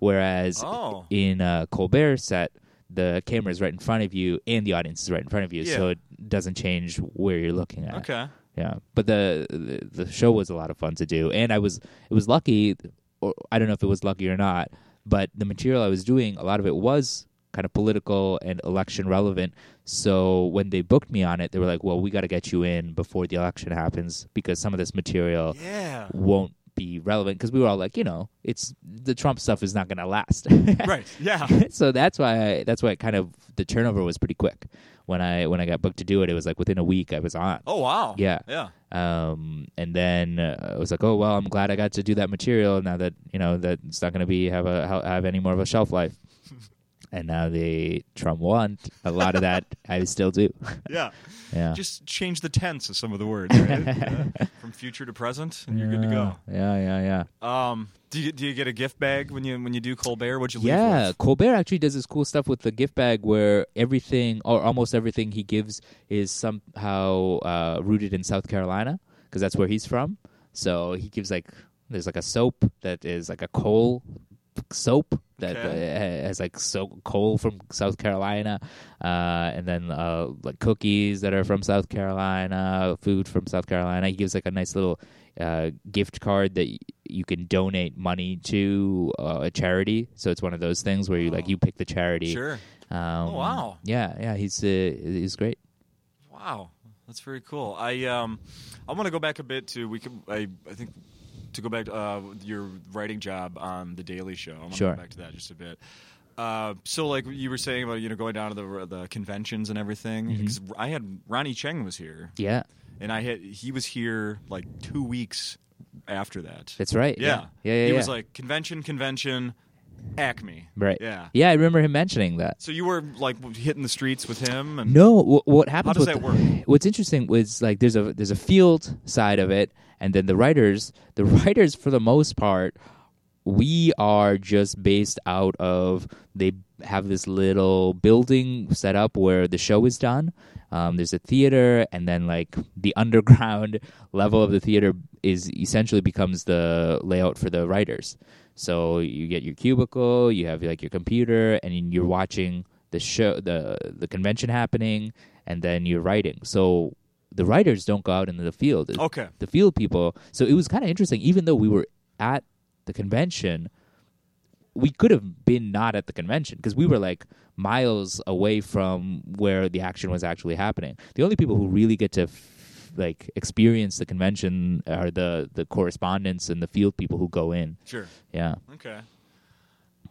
Speaker 2: Whereas
Speaker 1: Oh.
Speaker 2: in a Colbert set, the camera is right in front of you and the audience is right in front of you,
Speaker 1: Yeah.
Speaker 2: so it doesn't change where you're looking at.
Speaker 1: Okay.
Speaker 2: Yeah, but the, the the show was a lot of fun to do, and I was it was lucky, or I don't know if it was lucky or not, but the material I was doing, a lot of it was kind of political and election relevant. So when they booked me on it, they were like, "Well, we got to get you in before the election happens because some of this material
Speaker 1: Yeah.
Speaker 2: won't be relevant because we were all like, you know, it's the Trump stuff is not going to last.
Speaker 1: (laughs)
Speaker 2: (laughs)
Speaker 1: right. Yeah.
Speaker 2: so that's why I, that's why it kind of the turnover was pretty quick when I when I got booked to do it. It was like within a week I was on.
Speaker 1: Oh wow.
Speaker 2: Yeah.
Speaker 1: Yeah.
Speaker 2: Um, and then uh, I was like, oh well, I'm glad I got to do that material. Now that you know that it's not going to be have a ha- have any more of a shelf
Speaker 1: (laughs)
Speaker 2: life. and now they Trump want a lot of
Speaker 1: (laughs)
Speaker 2: that. I still do.
Speaker 1: Yeah.
Speaker 2: Yeah.
Speaker 1: Just change the tense of some of the words,
Speaker 2: (laughs)
Speaker 1: right? Yeah. From future to present, and you're good to
Speaker 2: Yeah, yeah, yeah.
Speaker 1: go. Um, do you do you get a gift bag when you when you do Colbert? What'd you leave?
Speaker 2: Yeah,
Speaker 1: with?
Speaker 2: Colbert actually does this cool stuff with the gift bag where everything or almost everything he gives is somehow uh, rooted in South Carolina because that's where he's from. So he gives like there's like a soap that is like a coal soap that uh,
Speaker 1: Okay.
Speaker 2: has like so coal from South Carolina, uh, and then uh, like cookies that are from South Carolina, food from South Carolina. He gives like a nice little uh, gift card that y- you can donate money to uh, a charity. So it's one of those things where you like you pick the charity.
Speaker 1: Oh. Sure.
Speaker 2: Um,
Speaker 1: Oh, wow.
Speaker 2: Yeah, yeah. He's uh, he's great.
Speaker 1: Wow, that's very cool. I um, I want to go back a bit to we can I I think to go back to uh, your writing job on the Daily Show. I want
Speaker 2: Sure.
Speaker 1: to go back to that just a bit. Uh, so like you were saying about you know going down to the the conventions and everything
Speaker 2: Mm-hmm.
Speaker 1: because I had Ronnie Cheng was here
Speaker 2: Yeah,
Speaker 1: and I had he was here like two weeks after that.
Speaker 2: that's right.
Speaker 1: yeah,
Speaker 2: yeah, yeah.
Speaker 1: He
Speaker 2: yeah.
Speaker 1: was like convention, convention, Acme.
Speaker 2: right.
Speaker 1: Yeah.
Speaker 2: yeah. I remember him mentioning that.
Speaker 1: So you were like hitting the streets with him and
Speaker 2: No, wh- what happens?
Speaker 1: does
Speaker 2: with
Speaker 1: that work?
Speaker 2: (laughs) What's interesting was like there's a there's a field side of it, and then the writers. The (laughs) writers, for the most part, we are just based out of they have this little building set up where the show is done. Um, there's a theater, and then like the (laughs) underground level of the theater is essentially becomes the layout for the writers. So you get your cubicle, you have like your computer, and you're watching the show, the the convention happening, and then you're writing. So the writers don't go out into the field.
Speaker 1: okay.
Speaker 2: The field people. So it was kind of interesting. Even though we were at the convention, we could have been not at the convention because we were like miles away from where the action was actually happening. The only people who really get to f- like experience the convention are the the correspondents and the field people who go in.
Speaker 1: Sure.
Speaker 2: Yeah.
Speaker 1: Okay.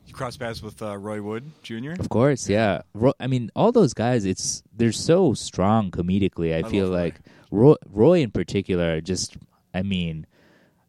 Speaker 1: You cross paths with uh, Roy Wood Jr.
Speaker 2: Of course, yeah. Ro- I mean, all those guys, it's they're so strong comedically. I,
Speaker 1: love
Speaker 2: feel
Speaker 1: Roy.
Speaker 2: like Roy, Roy in particular, just I mean,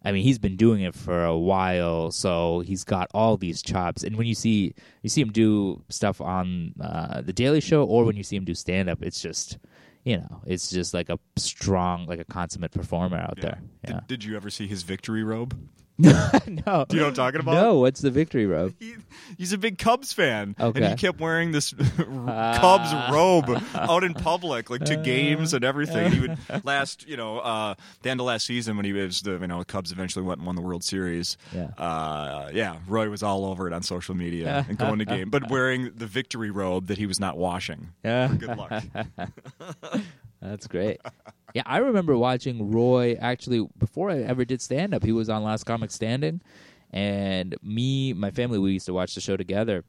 Speaker 2: I mean, he's been doing it for a while, so he's got all these chops. And when you see you see him do stuff on uh, the Daily Show, or when you see him do stand up, it's just you know, it's just like a strong, like a consummate performer out there. Yeah.
Speaker 1: Did, did you ever see his victory robe?
Speaker 2: (laughs) no.
Speaker 1: Do you know what I'm talking about?
Speaker 2: No. What's the victory robe?
Speaker 1: He, he's a big Cubs fan, and
Speaker 2: Okay. Ah.
Speaker 1: he kept wearing this (laughs) Cubs robe out in public, like to games and everything. He
Speaker 2: (laughs)
Speaker 1: would last, you know, uh, the end of last season when he was the, you know, the Cubs eventually went and won the World Series.
Speaker 2: Yeah.
Speaker 1: uh, yeah. Roy was all over it on social
Speaker 2: (laughs)
Speaker 1: media and going to game, but wearing the victory robe that he was not washing.
Speaker 2: Yeah.
Speaker 1: Good
Speaker 2: (laughs)
Speaker 1: luck.
Speaker 2: That's great. yeah, I remember watching Roy actually before I ever did stand up. He was on Last Comic Standing, and me, my family, we used to watch the show together.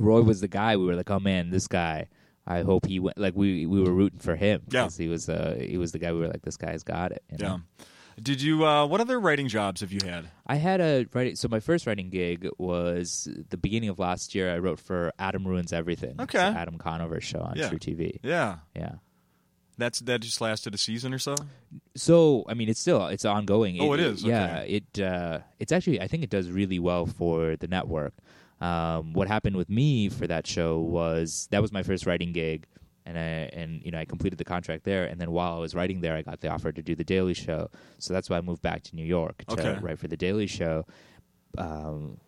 Speaker 2: Roy was the guy. We were like, oh man, this guy. I hope he went. Like we we were rooting for him.
Speaker 1: Yeah.
Speaker 2: 'cause he was uh he was the guy. We were like, this guy's got it. you know?
Speaker 1: yeah. Did you? Uh, what other writing jobs have you had?
Speaker 2: I had a writing. So my first writing gig was the beginning of last year. I wrote for Adam Ruins Everything.
Speaker 1: Okay.
Speaker 2: It's the Adam Conover show on
Speaker 1: Yeah.
Speaker 2: True TV.
Speaker 1: Yeah.
Speaker 2: Yeah.
Speaker 1: That's that just lasted a season or so.
Speaker 2: so i mean it's still it's ongoing
Speaker 1: Oh, it is?
Speaker 2: yeah it uh it's actually i think it does really well for the network um what happened with me for that show was that was my first writing gig and i and you know i completed the contract there and then while i was writing there i got the offer to do the daily show so that's why i moved back to new york to
Speaker 1: Okay.
Speaker 2: write for the daily show um,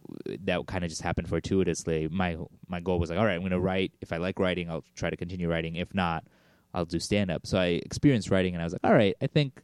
Speaker 2: that kind of just happened fortuitously. My my goal was like, all right, I'm going to write. If I like writing, I'll try to continue writing. If not, I'll do stand up. So I experienced writing, and I was like, all right, I think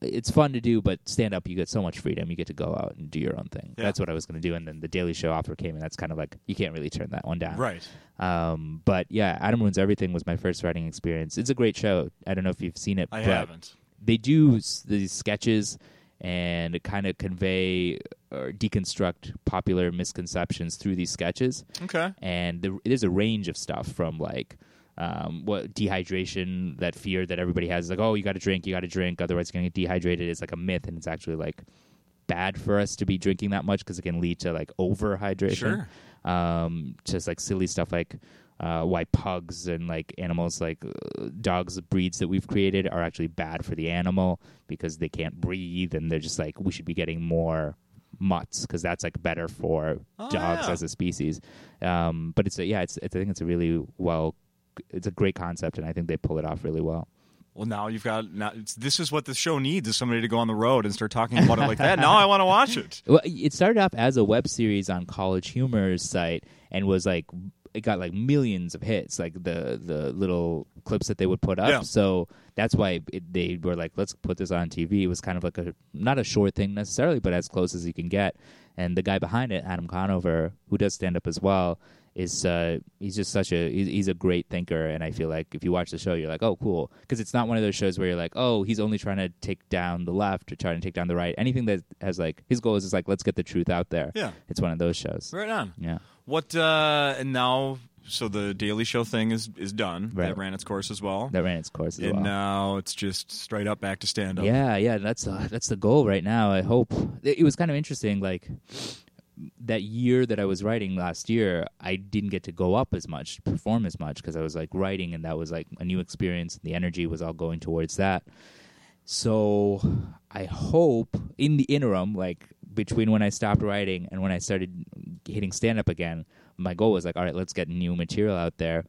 Speaker 2: it's fun to do, but stand up, you get so much freedom. You get to go out and do your own thing.
Speaker 1: Yeah.
Speaker 2: That's what I was going to do. And then the Daily Show offer came, and that's kind of like you can't really turn that one down.
Speaker 1: Right.
Speaker 2: Um, but yeah, Adam Ruins Everything was my first writing experience. It's a great show. I don't know if you've seen it.
Speaker 1: I
Speaker 2: but
Speaker 1: haven't.
Speaker 2: they do s- these sketches and kind of convey or deconstruct popular misconceptions through these sketches
Speaker 1: Okay.
Speaker 2: and the, there's a range of stuff from like um, what dehydration that fear that everybody has like oh you got to drink you got to drink otherwise you're gonna get dehydrated is like a myth and it's actually like bad for us to be drinking that much because it can lead to like overhydration.
Speaker 1: Sure.
Speaker 2: Um, just like silly stuff like uh, why pugs and like animals like uh, dogs breeds that we've created are actually bad for the animal because they can't breathe and they're just like we should be getting more mutts because that's like better for
Speaker 1: Oh,
Speaker 2: dogs
Speaker 1: yeah.
Speaker 2: as a species. Um, but it's a, yeah, it's, it's I think it's a really well, it's a great concept and I think they pull it off really well.
Speaker 1: Well, now you've got now. It's, this is what the show needs: is somebody to go on the road and start talking about it like that. Now I want to watch it.
Speaker 2: Well, it started off as a web series on College Humor's site and was like it got like millions of hits, like the the little clips that they would put up.
Speaker 1: Yeah.
Speaker 2: So that's why it, they were like, let's put this on TV. It was kind of like a not a sure thing necessarily, but as close as you can get. And the guy behind it, Adam Conover, who does stand up as well, is uh, he's just such a he's, he's a great thinker. And I feel like if you watch the show, you're like, oh, cool, because it's not one of those shows where you're like, oh, he's only trying to take down the left or trying to take down the right. Anything that has like his goal is just like let's get the truth out there.
Speaker 1: Yeah.
Speaker 2: it's one of those shows.
Speaker 1: Right on.
Speaker 2: Yeah.
Speaker 1: What uh, and now? So the Daily Show thing is is done. That
Speaker 2: Right.
Speaker 1: ran its course as well,
Speaker 2: That ran its course as
Speaker 1: and
Speaker 2: well.
Speaker 1: now it's just straight up back to stand up.
Speaker 2: Yeah, yeah, that's uh, that's the goal right now. I hope it, it was kind of interesting. Like that year that I was writing last year, I didn't get to go up as much, perform as much because I was like writing, and that was like a new experience. The energy was all going towards that. So I hope in the interim, like between when I stopped writing and when I started hitting stand up again, my goal was like, all right, let's get new material out there.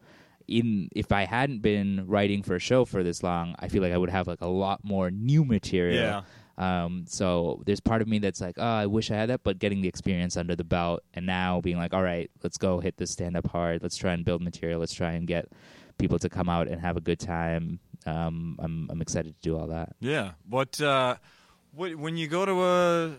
Speaker 2: In if I hadn't been writing for a show for this long, I feel like I would have like a lot more new material. Yeah. Um, so there's part of me that's like, oh, I wish I had that, but getting the experience under the belt and now being like, all right, let's go hit this stand up hard. Let's try and build material. Let's try and get people to come out and have a good time. Um, I'm I'm excited to do all that.
Speaker 1: Yeah. What uh what when you go to a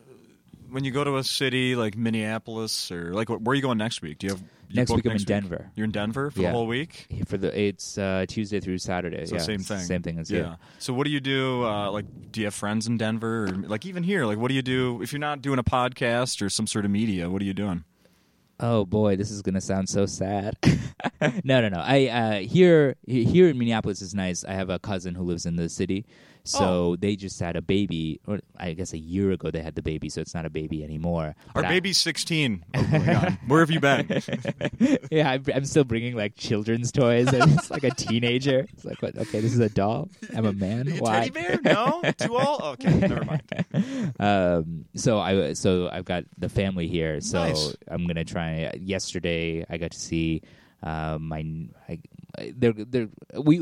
Speaker 1: when you go to a city like Minneapolis or like wh- where are you going next week? Do you have you
Speaker 2: Next
Speaker 1: booked
Speaker 2: week I'm in Denver.
Speaker 1: You're in Denver for
Speaker 2: Yeah.
Speaker 1: the whole week?
Speaker 2: For the it's uh, Tuesday through Saturday.
Speaker 1: So
Speaker 2: yeah,
Speaker 1: same
Speaker 2: it's
Speaker 1: thing.
Speaker 2: Same thing as
Speaker 1: yeah.
Speaker 2: you.
Speaker 1: So what do you do uh like do you have friends in Denver or like even here like what do you do if you're not doing a podcast or some sort of media? What are you doing?
Speaker 2: Oh boy, this is gonna sound so sad. (laughs) no, no, no. I uh, here here in Minneapolis is nice. I have a cousin who lives in the city, so
Speaker 1: Oh.
Speaker 2: they just had a baby, or I guess a year ago they had the baby, so it's not a baby anymore.
Speaker 1: Our
Speaker 2: But I-
Speaker 1: baby's 16. Oh my God. Where have you been?
Speaker 2: (laughs) yeah, I'm, I'm still bringing like children's toys, (laughs) and it's like a teenager. It's like, what? Okay, this is a doll. I'm a
Speaker 1: (laughs)
Speaker 2: man. Why?
Speaker 1: Teddy bear? No? Too old? Okay, never
Speaker 2: (laughs)
Speaker 1: mind.
Speaker 2: um, so I so I've got the family here. So
Speaker 1: Nice.
Speaker 2: I'm gonna try. Yesterday I got to see uh, my. I, they're they're we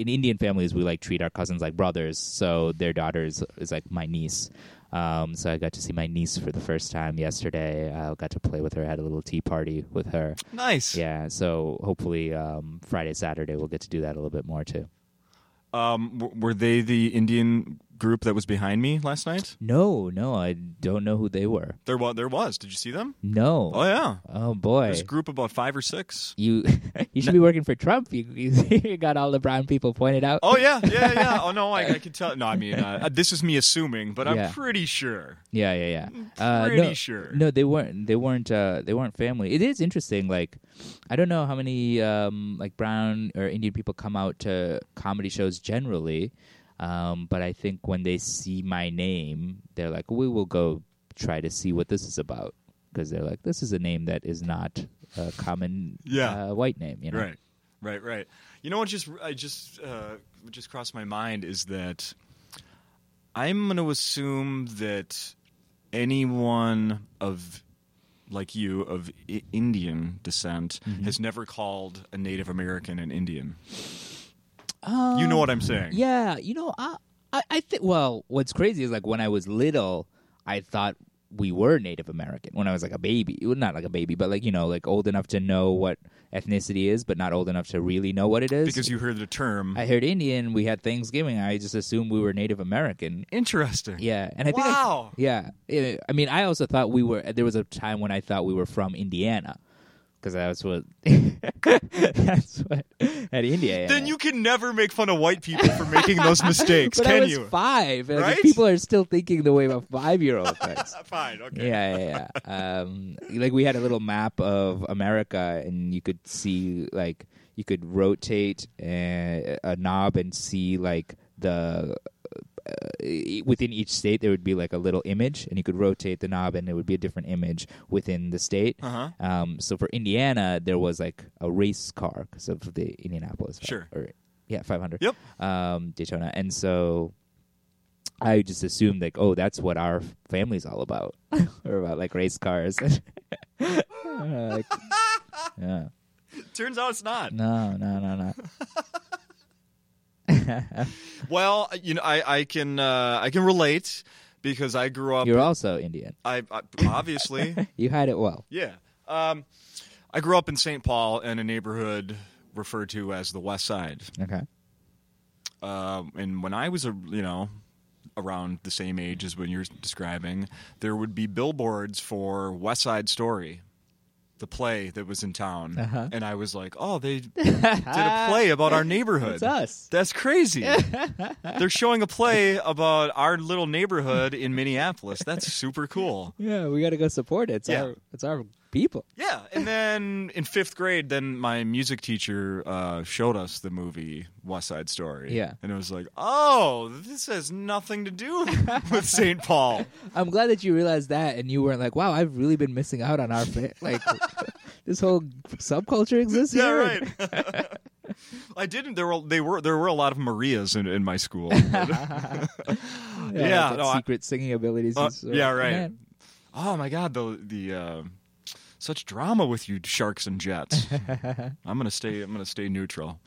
Speaker 2: in Indian families we like treat our cousins like brothers. So their daughter is, is like my niece. Um, so I got to see my niece for the first time yesterday. I got to play with her. Had a little tea party with her.
Speaker 1: Nice.
Speaker 2: Yeah. So hopefully um, Friday Saturday we'll get to do that a little bit more too.
Speaker 1: Um w- were they the Indian group that was behind me last night?
Speaker 2: No, no, I don't know who they were.
Speaker 1: There was. There was. Did you see them?
Speaker 2: No.
Speaker 1: Oh yeah.
Speaker 2: Oh boy.
Speaker 1: There's a group about five or six.
Speaker 2: You (laughs) you should be working for Trump. You, you (laughs) got all the brown people pointed out.
Speaker 1: Oh yeah, yeah, yeah. Oh no, I, I can tell. No, I mean, uh, this is me assuming, but I'm
Speaker 2: Yeah.
Speaker 1: pretty sure.
Speaker 2: Yeah, yeah, yeah. Uh,
Speaker 1: pretty
Speaker 2: no,
Speaker 1: sure.
Speaker 2: No, they weren't. They weren't. Uh, they weren't family. It is interesting. Like, I don't know how many um, like brown or Indian people come out to comedy shows generally, um, but I think when they see my name, they're like, "We will go try to see what this is about," because they're like, "This is a name that is not a common
Speaker 1: Yeah.
Speaker 2: uh, white name." You know.
Speaker 1: Right, right, right. You know what? Just I just uh, what just crossed my mind is that I'm going to assume that anyone of like you of I- Indian descent
Speaker 2: Mm-hmm.
Speaker 1: has never called a Native American an Indian.
Speaker 2: Oh.
Speaker 1: you know what
Speaker 2: Um,
Speaker 1: I'm saying?
Speaker 2: Yeah, you know, I I, I think. Well, what's crazy is like when I was little, I thought we were Native American when I was like a baby. Well, not like a baby, but like you know, like old enough to know what ethnicity is, but not old enough to really know what it is.
Speaker 1: Because you heard the term.
Speaker 2: I heard Indian, we had Thanksgiving. I just assumed we were Native American.
Speaker 1: Interesting.
Speaker 2: Yeah, and I think I-
Speaker 1: Wow.
Speaker 2: yeah, Yeah, I mean, I also thought we were. There was a time when I thought we were from Indiana. Because that's what (laughs) that's what at India.
Speaker 1: Then you can never make fun of white people for making those mistakes,
Speaker 2: (laughs) but
Speaker 1: can
Speaker 2: I was
Speaker 1: you?
Speaker 2: five. and
Speaker 1: Right?
Speaker 2: People are still thinking the way about five
Speaker 1: (laughs)
Speaker 2: year old things.
Speaker 1: Fine. Okay.
Speaker 2: Yeah, yeah, yeah. Um, like we had a little map of America, and you could see like uh, you could rotate a, a knob and see like the uh, within each state there would be like a little image, and you could rotate the knob, and it would be a different image within the state.
Speaker 1: Uh-huh.
Speaker 2: Um, so for Indiana, there was like a race car because of the Indianapolis.
Speaker 1: Sure.
Speaker 2: Or, yeah, five hundred.
Speaker 1: Yep.
Speaker 2: Um, Daytona, and so I just assumed like, oh, that's what our family's all about, (laughs) or about like race cars. (laughs) Uh, like, yeah.
Speaker 1: Turns out it's not.
Speaker 2: No, no, no, no.
Speaker 1: Well, uh, you know, I I can uh, I can relate because I grew up.
Speaker 2: You're also Indian.
Speaker 1: I, I obviously
Speaker 2: (laughs) You hide it well.
Speaker 1: Yeah. Um, I grew up in St. Paul in a neighborhood referred to as the West Side.
Speaker 2: Okay.
Speaker 1: Um, and when I was, a, you know, around the same age as when you're describing, there would be billboards for West Side Story, the play that was in town.
Speaker 2: Uh-huh.
Speaker 1: And I was like, oh,
Speaker 2: (laughs)
Speaker 1: they did a play about our neighborhood.
Speaker 2: It's us.
Speaker 1: That's crazy.
Speaker 2: (laughs)
Speaker 1: They're showing a play about our little neighborhood in Minneapolis. That's super cool.
Speaker 2: Yeah, we got to go support it. It's
Speaker 1: Yeah.
Speaker 2: our it's our people.
Speaker 1: Yeah, and then in fifth grade, then my music teacher uh, showed us the movie West Side Story.
Speaker 2: Yeah.
Speaker 1: and it was like, oh, this has nothing to do (laughs) with St. Paul.
Speaker 2: I'm glad that you realized that and you weren't like, "Wow, I've really been missing out on our fa- (laughs) like this whole subculture exists
Speaker 1: yeah,
Speaker 2: here."
Speaker 1: right. (laughs) I didn't. There were they were there were a lot of Marias in, in my school.
Speaker 2: Yeah,
Speaker 1: Yeah,
Speaker 2: that
Speaker 1: no, I-
Speaker 2: secret singing abilities.
Speaker 1: Uh,
Speaker 2: is, uh,
Speaker 1: yeah, right.
Speaker 2: man.
Speaker 1: oh my God, the the uh, such drama with you sharks and
Speaker 2: (laughs)
Speaker 1: jets. I'm gonna stay. I'm gonna stay neutral.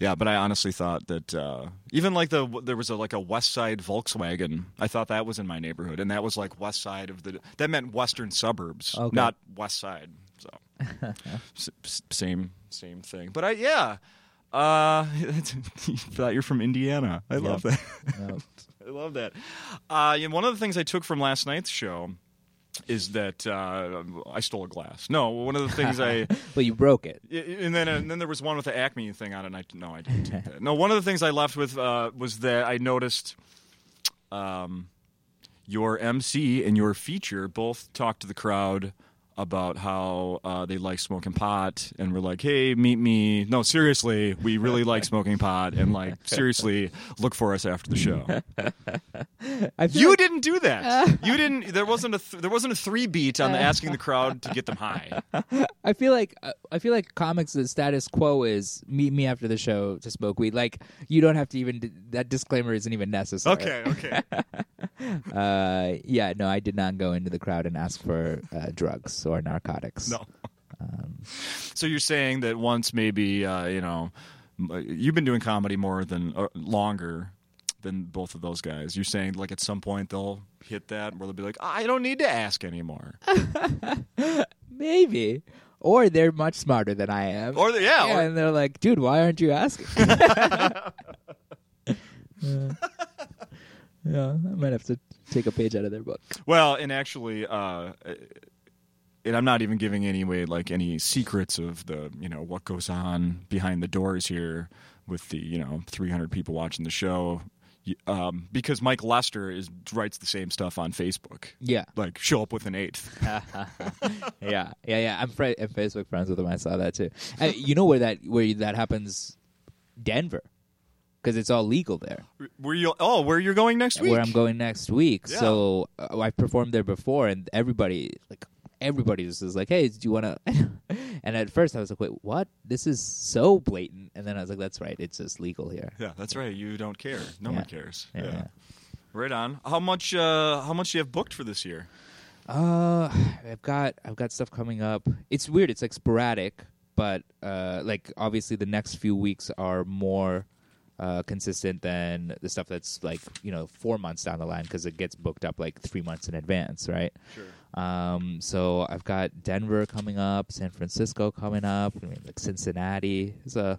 Speaker 1: Yeah, but I honestly thought that uh, even like the there was a, like a West Side Volkswagen. I thought that was in my neighborhood, and that was like West Side of the. That meant Western suburbs,
Speaker 2: Okay.
Speaker 1: not West Side.
Speaker 2: (laughs)
Speaker 1: So S- s- same same thing. But I yeah. Uh, (laughs) you thought you're from Indiana. I love that.
Speaker 2: Yep.
Speaker 1: (laughs) I love that. Uh, and one of the things I took from last night's show is that uh, I stole a glass. No, one of the things I
Speaker 2: But you broke it.
Speaker 1: Y- and then uh, and then there was one with the Acme thing on it. And I no, I didn't take that. No, one of the things I left with uh, was that I noticed um, your MC and your feature both talked to the crowd about how uh, they like smoking pot and were like, "Hey, meet me." No, seriously, we really like smoking pot and like seriously, look for us after the show.
Speaker 2: I feel
Speaker 1: You
Speaker 2: like- uh,
Speaker 1: didn't do
Speaker 2: (laughs)
Speaker 1: that. You didn't. There wasn't a th- there wasn't a three beat on the asking the crowd to get them
Speaker 2: (laughs)
Speaker 1: high.
Speaker 2: I feel like uh, I feel like comics. The status quo is meet me after the show to smoke weed. Like you don't have to even d- that disclaimer isn't even necessary.
Speaker 1: Okay, okay.
Speaker 2: Uh, yeah. No, I did not go into the crowd and ask for uh, drugs or narcotics.
Speaker 1: No. so you're saying that once maybe uh, you know m- uh, you've been doing comedy more than or longer than both of those guys. You're saying like at some point they'll hit that where they'll be like, I don't need to ask
Speaker 2: (laughs)
Speaker 1: anymore.
Speaker 2: Maybe. Or they're much smarter than I am.
Speaker 1: Or the- yeah,
Speaker 2: Yeah,
Speaker 1: or-
Speaker 2: and they're like, dude, why aren't you
Speaker 1: (laughs)
Speaker 2: asking? (laughs) yeah. (laughs) yeah, I might have to take a page out of their book.
Speaker 1: Well, and actually, uh, and I'm not even giving any way like any secrets of the you know what goes on behind the doors here with the you know 300 people watching the show. Y- Um, because Mike Lester is writes the same stuff on Facebook.
Speaker 2: Yeah.
Speaker 1: Like show up with an eighth.
Speaker 2: yeah, yeah, yeah. I'm, fri I'm Facebook friends with him. I saw that too. I, you know where that where that happens? Denver, because it's all legal there.
Speaker 1: Where you? Oh, where you're going next week?
Speaker 2: Where I'm going next week.
Speaker 1: Yeah.
Speaker 2: So uh, I performed there before, and everybody like everybody just is like, "Hey, do you want to?" (laughs) and at first I was like, "Wait, what? This is so blatant." And then I was like, "That's right. It's just legal here."
Speaker 1: Yeah, that's right. You don't care. No
Speaker 2: Yeah.
Speaker 1: one cares.
Speaker 2: Yeah.
Speaker 1: Yeah. Right on. How much? Uh, how much do you have booked for this year?
Speaker 2: Uh, (sighs) I've got I've got stuff coming up. It's weird. It's like sporadic, but uh, like obviously the next few weeks are more uh, consistent than the stuff that's like you know four months down the line because it gets booked up like three months in advance, right?
Speaker 1: Sure.
Speaker 2: Um, so I've got Denver coming up, San Francisco coming up, I mean, like Cincinnati. There's a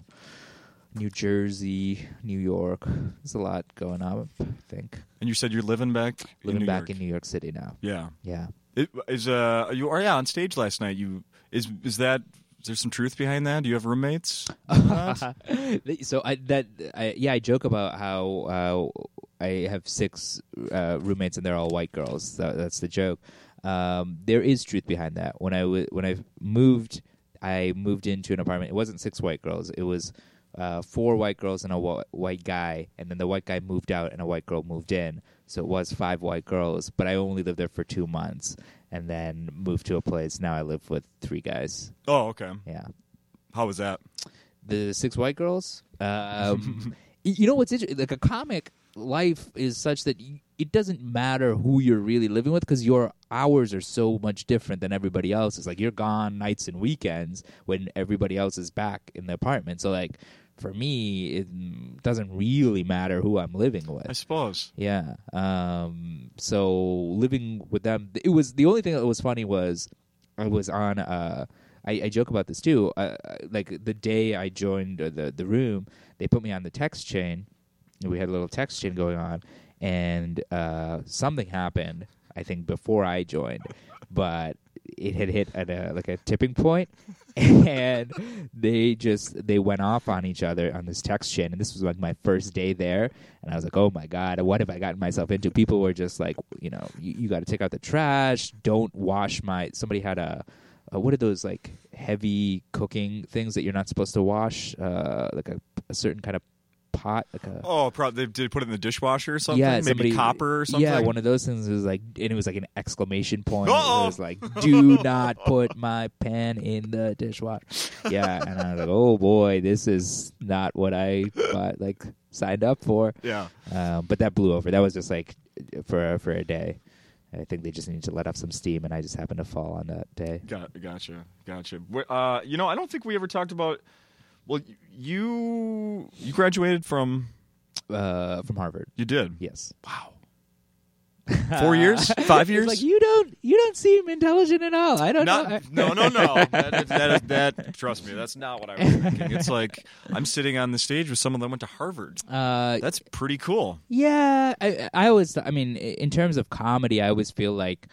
Speaker 2: New Jersey, New York. There's a lot going on. I think
Speaker 1: And you said you're living back.
Speaker 2: living
Speaker 1: in New
Speaker 2: back
Speaker 1: York.
Speaker 2: in New York City now.
Speaker 1: Yeah.
Speaker 2: Yeah.
Speaker 1: It, is uh you are yeah on stage last night. You is is that is there some truth behind that? Do you have roommates?
Speaker 2: (laughs)
Speaker 1: Uh,
Speaker 2: so I that I, yeah, I joke about how uh, I have six uh, roommates and they're all white girls. That, that's the joke. Um, there is truth behind that. When I w- when I moved, I moved into an apartment. It wasn't six white girls. It was uh, four white girls and a wh- white guy, and then the white guy moved out and a white girl moved in. So it was five white girls, but I only lived there for two months and then moved to a place. Now I live with three guys.
Speaker 1: Oh, okay.
Speaker 2: Yeah.
Speaker 1: How was that?
Speaker 2: The six white girls. Um, y- you know what's interesting? Like a comic life is such that y it doesn't matter who you're really living with because your hours are so much different than everybody else. It's like you're gone nights and weekends when everybody else is back in the apartment. So like for me, it mm, doesn't really matter who I'm living with.
Speaker 1: I suppose.
Speaker 2: Yeah. Um, so living with them, it was the only thing that was funny was I was on. Uh, I, I joke about this too. Uh, uh, like the day I joined uh, the the room, they put me on the text chain. and We had a little text chain going on, and uh, something happened. I think before I joined, but it had hit at a like a tipping point, (laughs) and they just they went off on each other on this text chain and this was like my first day there and i was like oh my god what have i gotten myself into people were just like you know you, you got to take out the trash don't wash my somebody had a, a what are those like heavy cooking things that you're not supposed to wash uh like a, a certain kind of pot like a
Speaker 1: Oh, probably they did put it in the dishwasher or something.
Speaker 2: yeah,
Speaker 1: maybe
Speaker 2: somebody-
Speaker 1: copper or something.
Speaker 2: Yeah, one of those things was like, and it was like an exclamation point.
Speaker 1: Uh-oh.
Speaker 2: It was like, "Do not put my pen in the dishwasher." Yeah, and I was like, "Oh boy, this is not what I uh, like signed up for."
Speaker 1: yeah.
Speaker 2: Um, but that blew over. That was just like for for a day. I think they just needed to let off some steam, and I just happened to fall on that day.
Speaker 1: Got, gotcha, gotcha. Wh- Uh, you know, I don't think we ever talked about. Well, y- you you graduated from
Speaker 2: Uh, from Harvard,
Speaker 1: you did
Speaker 2: yes.
Speaker 1: wow four
Speaker 2: (laughs)
Speaker 1: years five years
Speaker 2: It's like you don't you don't seem intelligent at all. I don't know. I-
Speaker 1: not, no no
Speaker 2: (laughs)
Speaker 1: no that, that, that trust me that's not what I was thinking it's like I'm sitting on the stage with someone that went to Harvard
Speaker 2: uh,
Speaker 1: that's pretty cool
Speaker 2: Yeah, I, I always. I mean, i- in terms of comedy, I always feel like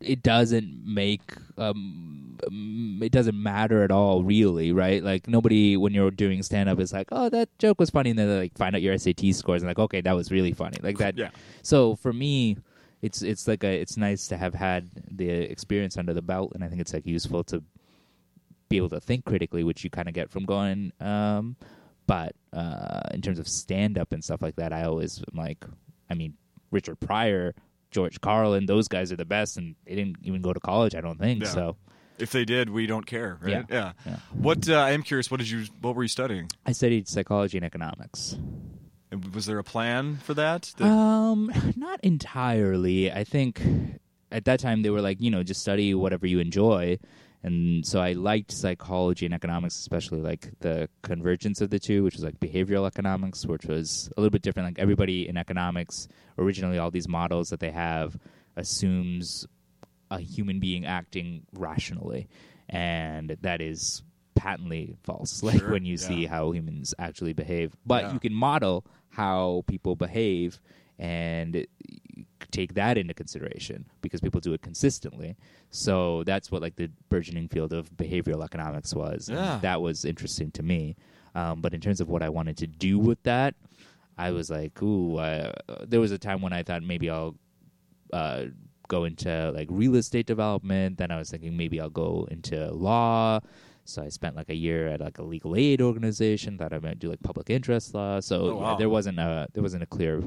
Speaker 2: it doesn't make um um, it doesn't matter at all really right like nobody when you're doing stand up is like oh that joke was funny and then they like find out your SAT scores and like okay that was really funny like that
Speaker 1: Yeah.
Speaker 2: so for me it's it's like a it's nice to have had the experience under the belt and I think it's like useful to be able to think critically, which you kind of get from going. Um, but uh, in terms of stand up and stuff like that, I always am like, I mean, Richard Pryor, George Carlin, those guys are the best, and they didn't even go to college, I don't think.
Speaker 1: Yeah.
Speaker 2: So
Speaker 1: if they did we don't care right
Speaker 2: Yeah.
Speaker 1: yeah,
Speaker 2: Yeah.
Speaker 1: what uh, I am curious what did you what were you studying
Speaker 2: I studied psychology and economics.
Speaker 1: And was there a plan for that The-
Speaker 2: Um, (laughs) not entirely. I think at that time they were like, you know, just study whatever you enjoy. And so I liked psychology and economics, especially like the convergence of the two, which was like behavioral economics, which was a little bit different. Like everybody in economics, originally, all these models that they have assumes a human being acting rationally, and that is patently false. (laughs) Like
Speaker 1: Sure,
Speaker 2: when you
Speaker 1: yeah.
Speaker 2: see how humans actually behave, but
Speaker 1: Yeah.
Speaker 2: you can model how people behave and take that into consideration because people do it consistently. So that's what like the burgeoning field of behavioral economics was. and
Speaker 1: Yeah.
Speaker 2: that was interesting to me. Um, but in terms of what I wanted to do with that, I was like, ooh, uh, there was a time when I thought maybe I'll uh, go into like real estate development. Then I was thinking maybe I'll go into law. So I spent like a year at like a legal aid organization. Thought I might do like public interest law. So
Speaker 1: Oh, wow.
Speaker 2: yeah, there wasn't a there wasn't a clear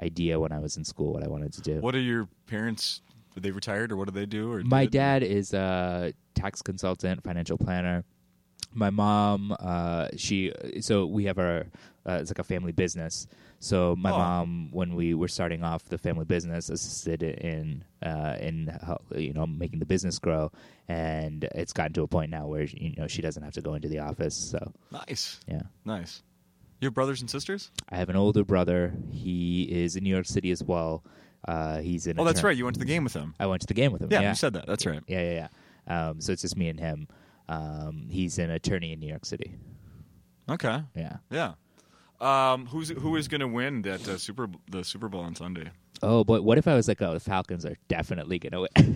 Speaker 2: idea when I was in school what I wanted to do.
Speaker 1: what are your parents are they retired or what do they do or
Speaker 2: My
Speaker 1: did-
Speaker 2: dad is a tax consultant, financial planner. My mom, uh, she so we have our uh, it's like a family business. So my
Speaker 1: Oh.
Speaker 2: mom, when we were starting off the family business, assisted in uh, in how, you know making the business grow, and it's gotten to a point now where you know she doesn't have to go into the office. So
Speaker 1: nice
Speaker 2: yeah.
Speaker 1: nice your brothers and sisters
Speaker 2: I have an older brother. He is in New York City as well. Uh, he's in.
Speaker 1: oh that's right you went to the game with them
Speaker 2: I went to the game with him.
Speaker 1: yeah,
Speaker 2: yeah.
Speaker 1: you said that that's right
Speaker 2: Yeah, yeah, yeah. Um, so it's just me and him. Um, he's an attorney in New York City.
Speaker 1: okay
Speaker 2: Yeah.
Speaker 1: Yeah. Um, who's who is going to win that uh, Super the Super Bowl on Sunday?
Speaker 2: Oh, but what if I was like, oh, the Falcons are definitely gonna win?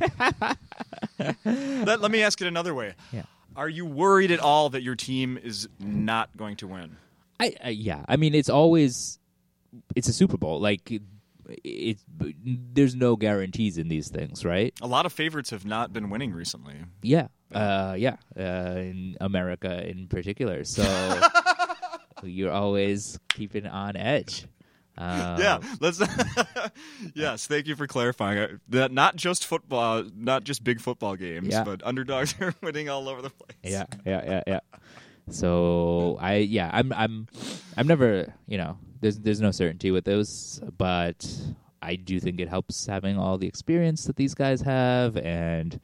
Speaker 2: (laughs)
Speaker 1: Let, let me ask it another way.
Speaker 2: yeah.
Speaker 1: Are you worried at all that your team is not going to win?
Speaker 2: I, I yeah. I mean, it's always it's a Super Bowl. Like it, it's there's no guarantees in these things, right?
Speaker 1: A lot of favorites have not been winning recently.
Speaker 2: (laughs) Yeah. Uh, yeah. Uh, in America, in particular. So. You're always keeping on edge. Uh,
Speaker 1: yeah, let's. (laughs) yes, thank you for clarifying. I- That not just football, uh, not just big football games,
Speaker 2: Yeah.
Speaker 1: but underdogs (laughs) are winning all over the place.
Speaker 2: yeah, yeah, yeah, yeah. So I yeah, I'm I'm I'm never you know there's there's no certainty with those, but I do think it helps having all the experience that these guys have, and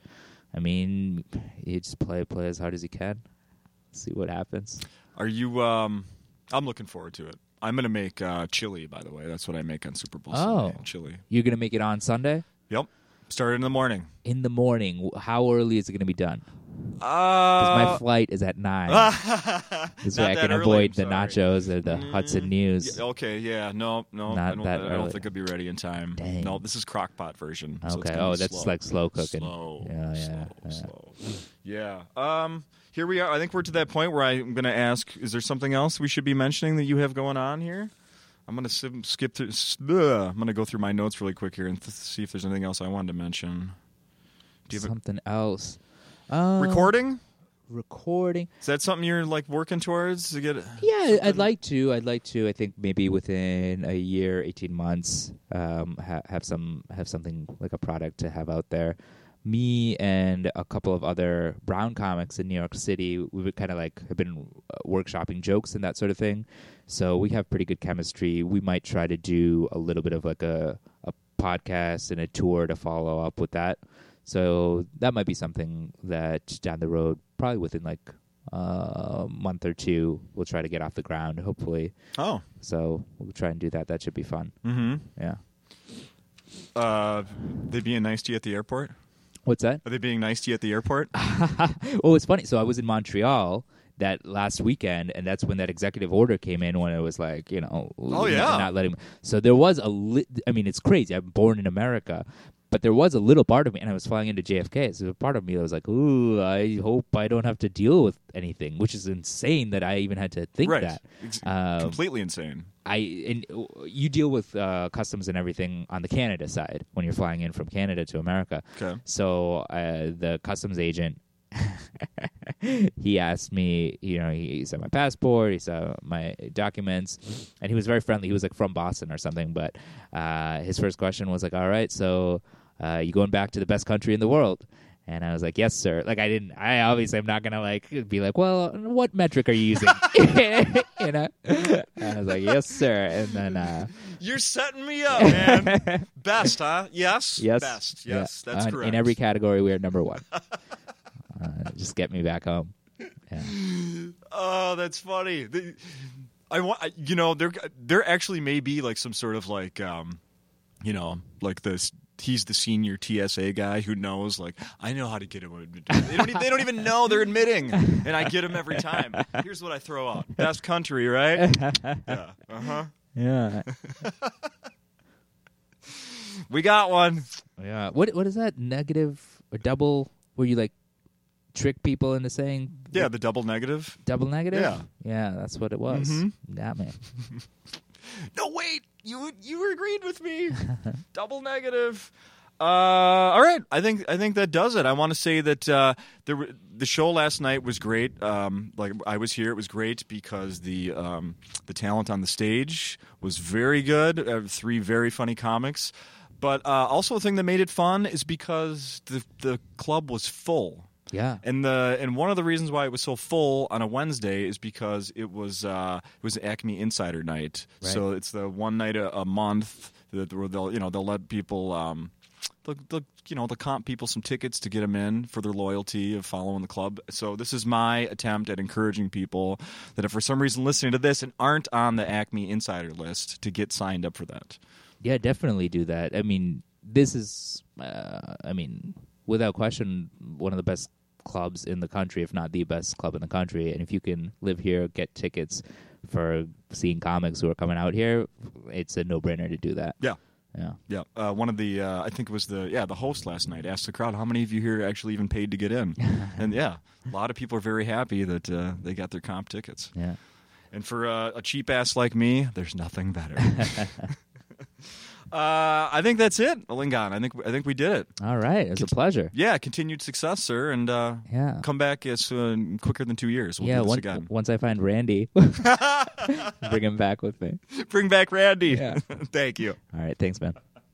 Speaker 2: I mean, you just play play as hard as you can, see what happens.
Speaker 1: Are you? Um, I'm looking forward to it. I'm gonna make uh, chili. By the way, that's what I make on Super Bowl
Speaker 2: Oh.
Speaker 1: Sunday. Chili.
Speaker 2: You're gonna make it on Sunday
Speaker 1: Yep. Start in the morning.
Speaker 2: in the morning. How early is it gonna be done? 'Cause
Speaker 1: Uh,
Speaker 2: my flight is
Speaker 1: (laughs)
Speaker 2: at nine. this
Speaker 1: not
Speaker 2: way I
Speaker 1: that
Speaker 2: can
Speaker 1: early,
Speaker 2: avoid the
Speaker 1: sorry. Mm.
Speaker 2: nachos or the Hudson News.
Speaker 1: Yeah, oh, okay, yeah, no, no, I
Speaker 2: Not
Speaker 1: don't,
Speaker 2: that
Speaker 1: I don't
Speaker 2: early.
Speaker 1: think I'd be ready in time.
Speaker 2: Dang.
Speaker 1: No, this is crock pot version. so it's
Speaker 2: Okay.
Speaker 1: gonna
Speaker 2: Oh,
Speaker 1: be
Speaker 2: that's
Speaker 1: slow.
Speaker 2: like slow cooking.
Speaker 1: Slow,
Speaker 2: Yeah, yeah,
Speaker 1: slow,
Speaker 2: yeah.
Speaker 1: slow. Yeah. Um, here we are. I think we're to that point where I'm going to ask: Is there something else we should be mentioning that you have going on here? I'm going to sim- skip through. s- ugh. I'm going to go through my notes really quick here and th- see if there's anything else I wanted to mention. Do you have
Speaker 2: something else? Um,
Speaker 1: a recording?
Speaker 2: recording.
Speaker 1: Is that something you're like working towards to get?
Speaker 2: Yeah, I'd like to. I'd like to. I think maybe within a year, eighteen months, um, ha- have some have something like a product to have out there. Me and a couple of other brown comics in New York City, we would kind of like have been uh, workshopping jokes and that sort of thing. So we have pretty good chemistry. We might try to do a little bit of like a a podcast and a tour to follow up with that. So that might be something that down the road, probably within like a uh, month or two, we'll try to get off the ground, hopefully.
Speaker 1: Oh.
Speaker 2: So we'll try and do that. That should be fun.
Speaker 1: Mm-hmm.
Speaker 2: Yeah.
Speaker 1: Uh, they being nice to you at the airport?
Speaker 2: What's that?
Speaker 1: Are they being nice to you at the airport?
Speaker 2: Oh, it's funny. So I was in Montreal that last weekend, and that's when that executive order came in when it was like, you know,
Speaker 1: Oh, yeah.
Speaker 2: not letting. So there was a. Li- I mean, it's crazy. I'm born in America. But there was a little part of me, and I was flying into JFK. So a part of me that was like, "Ooh, I hope I don't have to deal with anything," which is insane that I even had to think
Speaker 1: right.
Speaker 2: that.
Speaker 1: Ex-
Speaker 2: Um,
Speaker 1: Completely insane.
Speaker 2: I and uh, you deal with uh, customs and everything on the Canada side when you're flying in from Canada to America.
Speaker 1: Okay.
Speaker 2: So uh, the customs agent, (laughs) he asked me, you know, he, he saw my passport, he saw my documents, and he was very friendly. He was like from Boston or something, but uh, his first question was like, "All right, so uh, you going back to the best country in the world?" And I was like, "Yes, sir." Like I didn't. I obviously am not gonna like be like, "Well, what metric are you using?" (laughs) you know. And I was like, "Yes, sir." And then, uh,
Speaker 1: You're setting me up,
Speaker 2: (laughs)
Speaker 1: man. Best, huh? Yes.
Speaker 2: yes,
Speaker 1: Best.
Speaker 2: yeah.
Speaker 1: Yes. That's
Speaker 2: On-
Speaker 1: correct.
Speaker 2: In every category, we are
Speaker 1: (laughs)
Speaker 2: number one. uh, just get me back home. Yeah.
Speaker 1: oh, that's funny. The- I want. I- You know, there there actually may be like some sort of like, um, you know, like this. He's the senior TSA guy who knows. Like, I know how to get him. They don't, e- they don't even know they're admitting, and I get him every time. Here's what I throw out: best country,
Speaker 2: (laughs)
Speaker 1: right? Yeah. Uh huh.
Speaker 2: Yeah.
Speaker 1: We got one.
Speaker 2: (laughs) Yeah. What what is that? Negative or double where you like trick people into saying
Speaker 1: Yeah, the double negative.
Speaker 2: double negative?
Speaker 1: Yeah.
Speaker 2: Yeah, that's what it was.
Speaker 1: Mhm.
Speaker 2: Got me.
Speaker 1: No, wait. You you agreed with me. Double negative. Uh, all right. I think I think that does it. I want to say that uh, there were, the show last night was great. Um, like I was here, it was great because the um, the talent on the stage was very good. Uh, three very funny comics. But uh, also, a thing that made it fun is because the the club was full.
Speaker 2: Yeah.
Speaker 1: And the and one of the reasons why it was so full on a Wednesday is because it was uh, it was Acme Insider Night.
Speaker 2: Right.
Speaker 1: So it's the one night a, a month that where they'll you know they'll let people. Um, They'll, they'll, you know, they'll comp people some tickets to get them in for their loyalty of following the club. So this is my attempt at encouraging people that if for some reason listening to this and aren't on the Acme Insider list to get signed up for that.
Speaker 2: Yeah, definitely do that. I mean, this is uh, I mean, without question one of the best clubs in the country, if not the best club in the country. And if you can live here, get tickets for seeing comics who are coming out here, it's a no-brainer to do that.
Speaker 1: Yeah.
Speaker 2: Yeah.
Speaker 1: Yeah, uh, one of the uh, I think it was the yeah the host last night asked the crowd how many of you here actually even paid to get
Speaker 2: (laughs)
Speaker 1: in, and yeah, a lot of people are very happy that uh, they got their comp tickets.
Speaker 2: Yeah. (laughs)
Speaker 1: And for uh, a cheap ass like me, there's nothing better. (laughs) Uh, I think that's it, Lingon. I think I think we did it.
Speaker 2: All right. It was a pleasure.
Speaker 1: Yeah, continued success, sir, and uh,
Speaker 2: Yeah.
Speaker 1: come back as soon, quicker than two years. We'll
Speaker 2: yeah,
Speaker 1: do this
Speaker 2: once, (laughs)
Speaker 1: again.
Speaker 2: once I find
Speaker 1: (laughs)
Speaker 2: Randy, (laughs) bring him back with me.
Speaker 1: Bring back Randy.
Speaker 2: Yeah.
Speaker 1: (laughs) Thank you.
Speaker 2: All right. Thanks, man.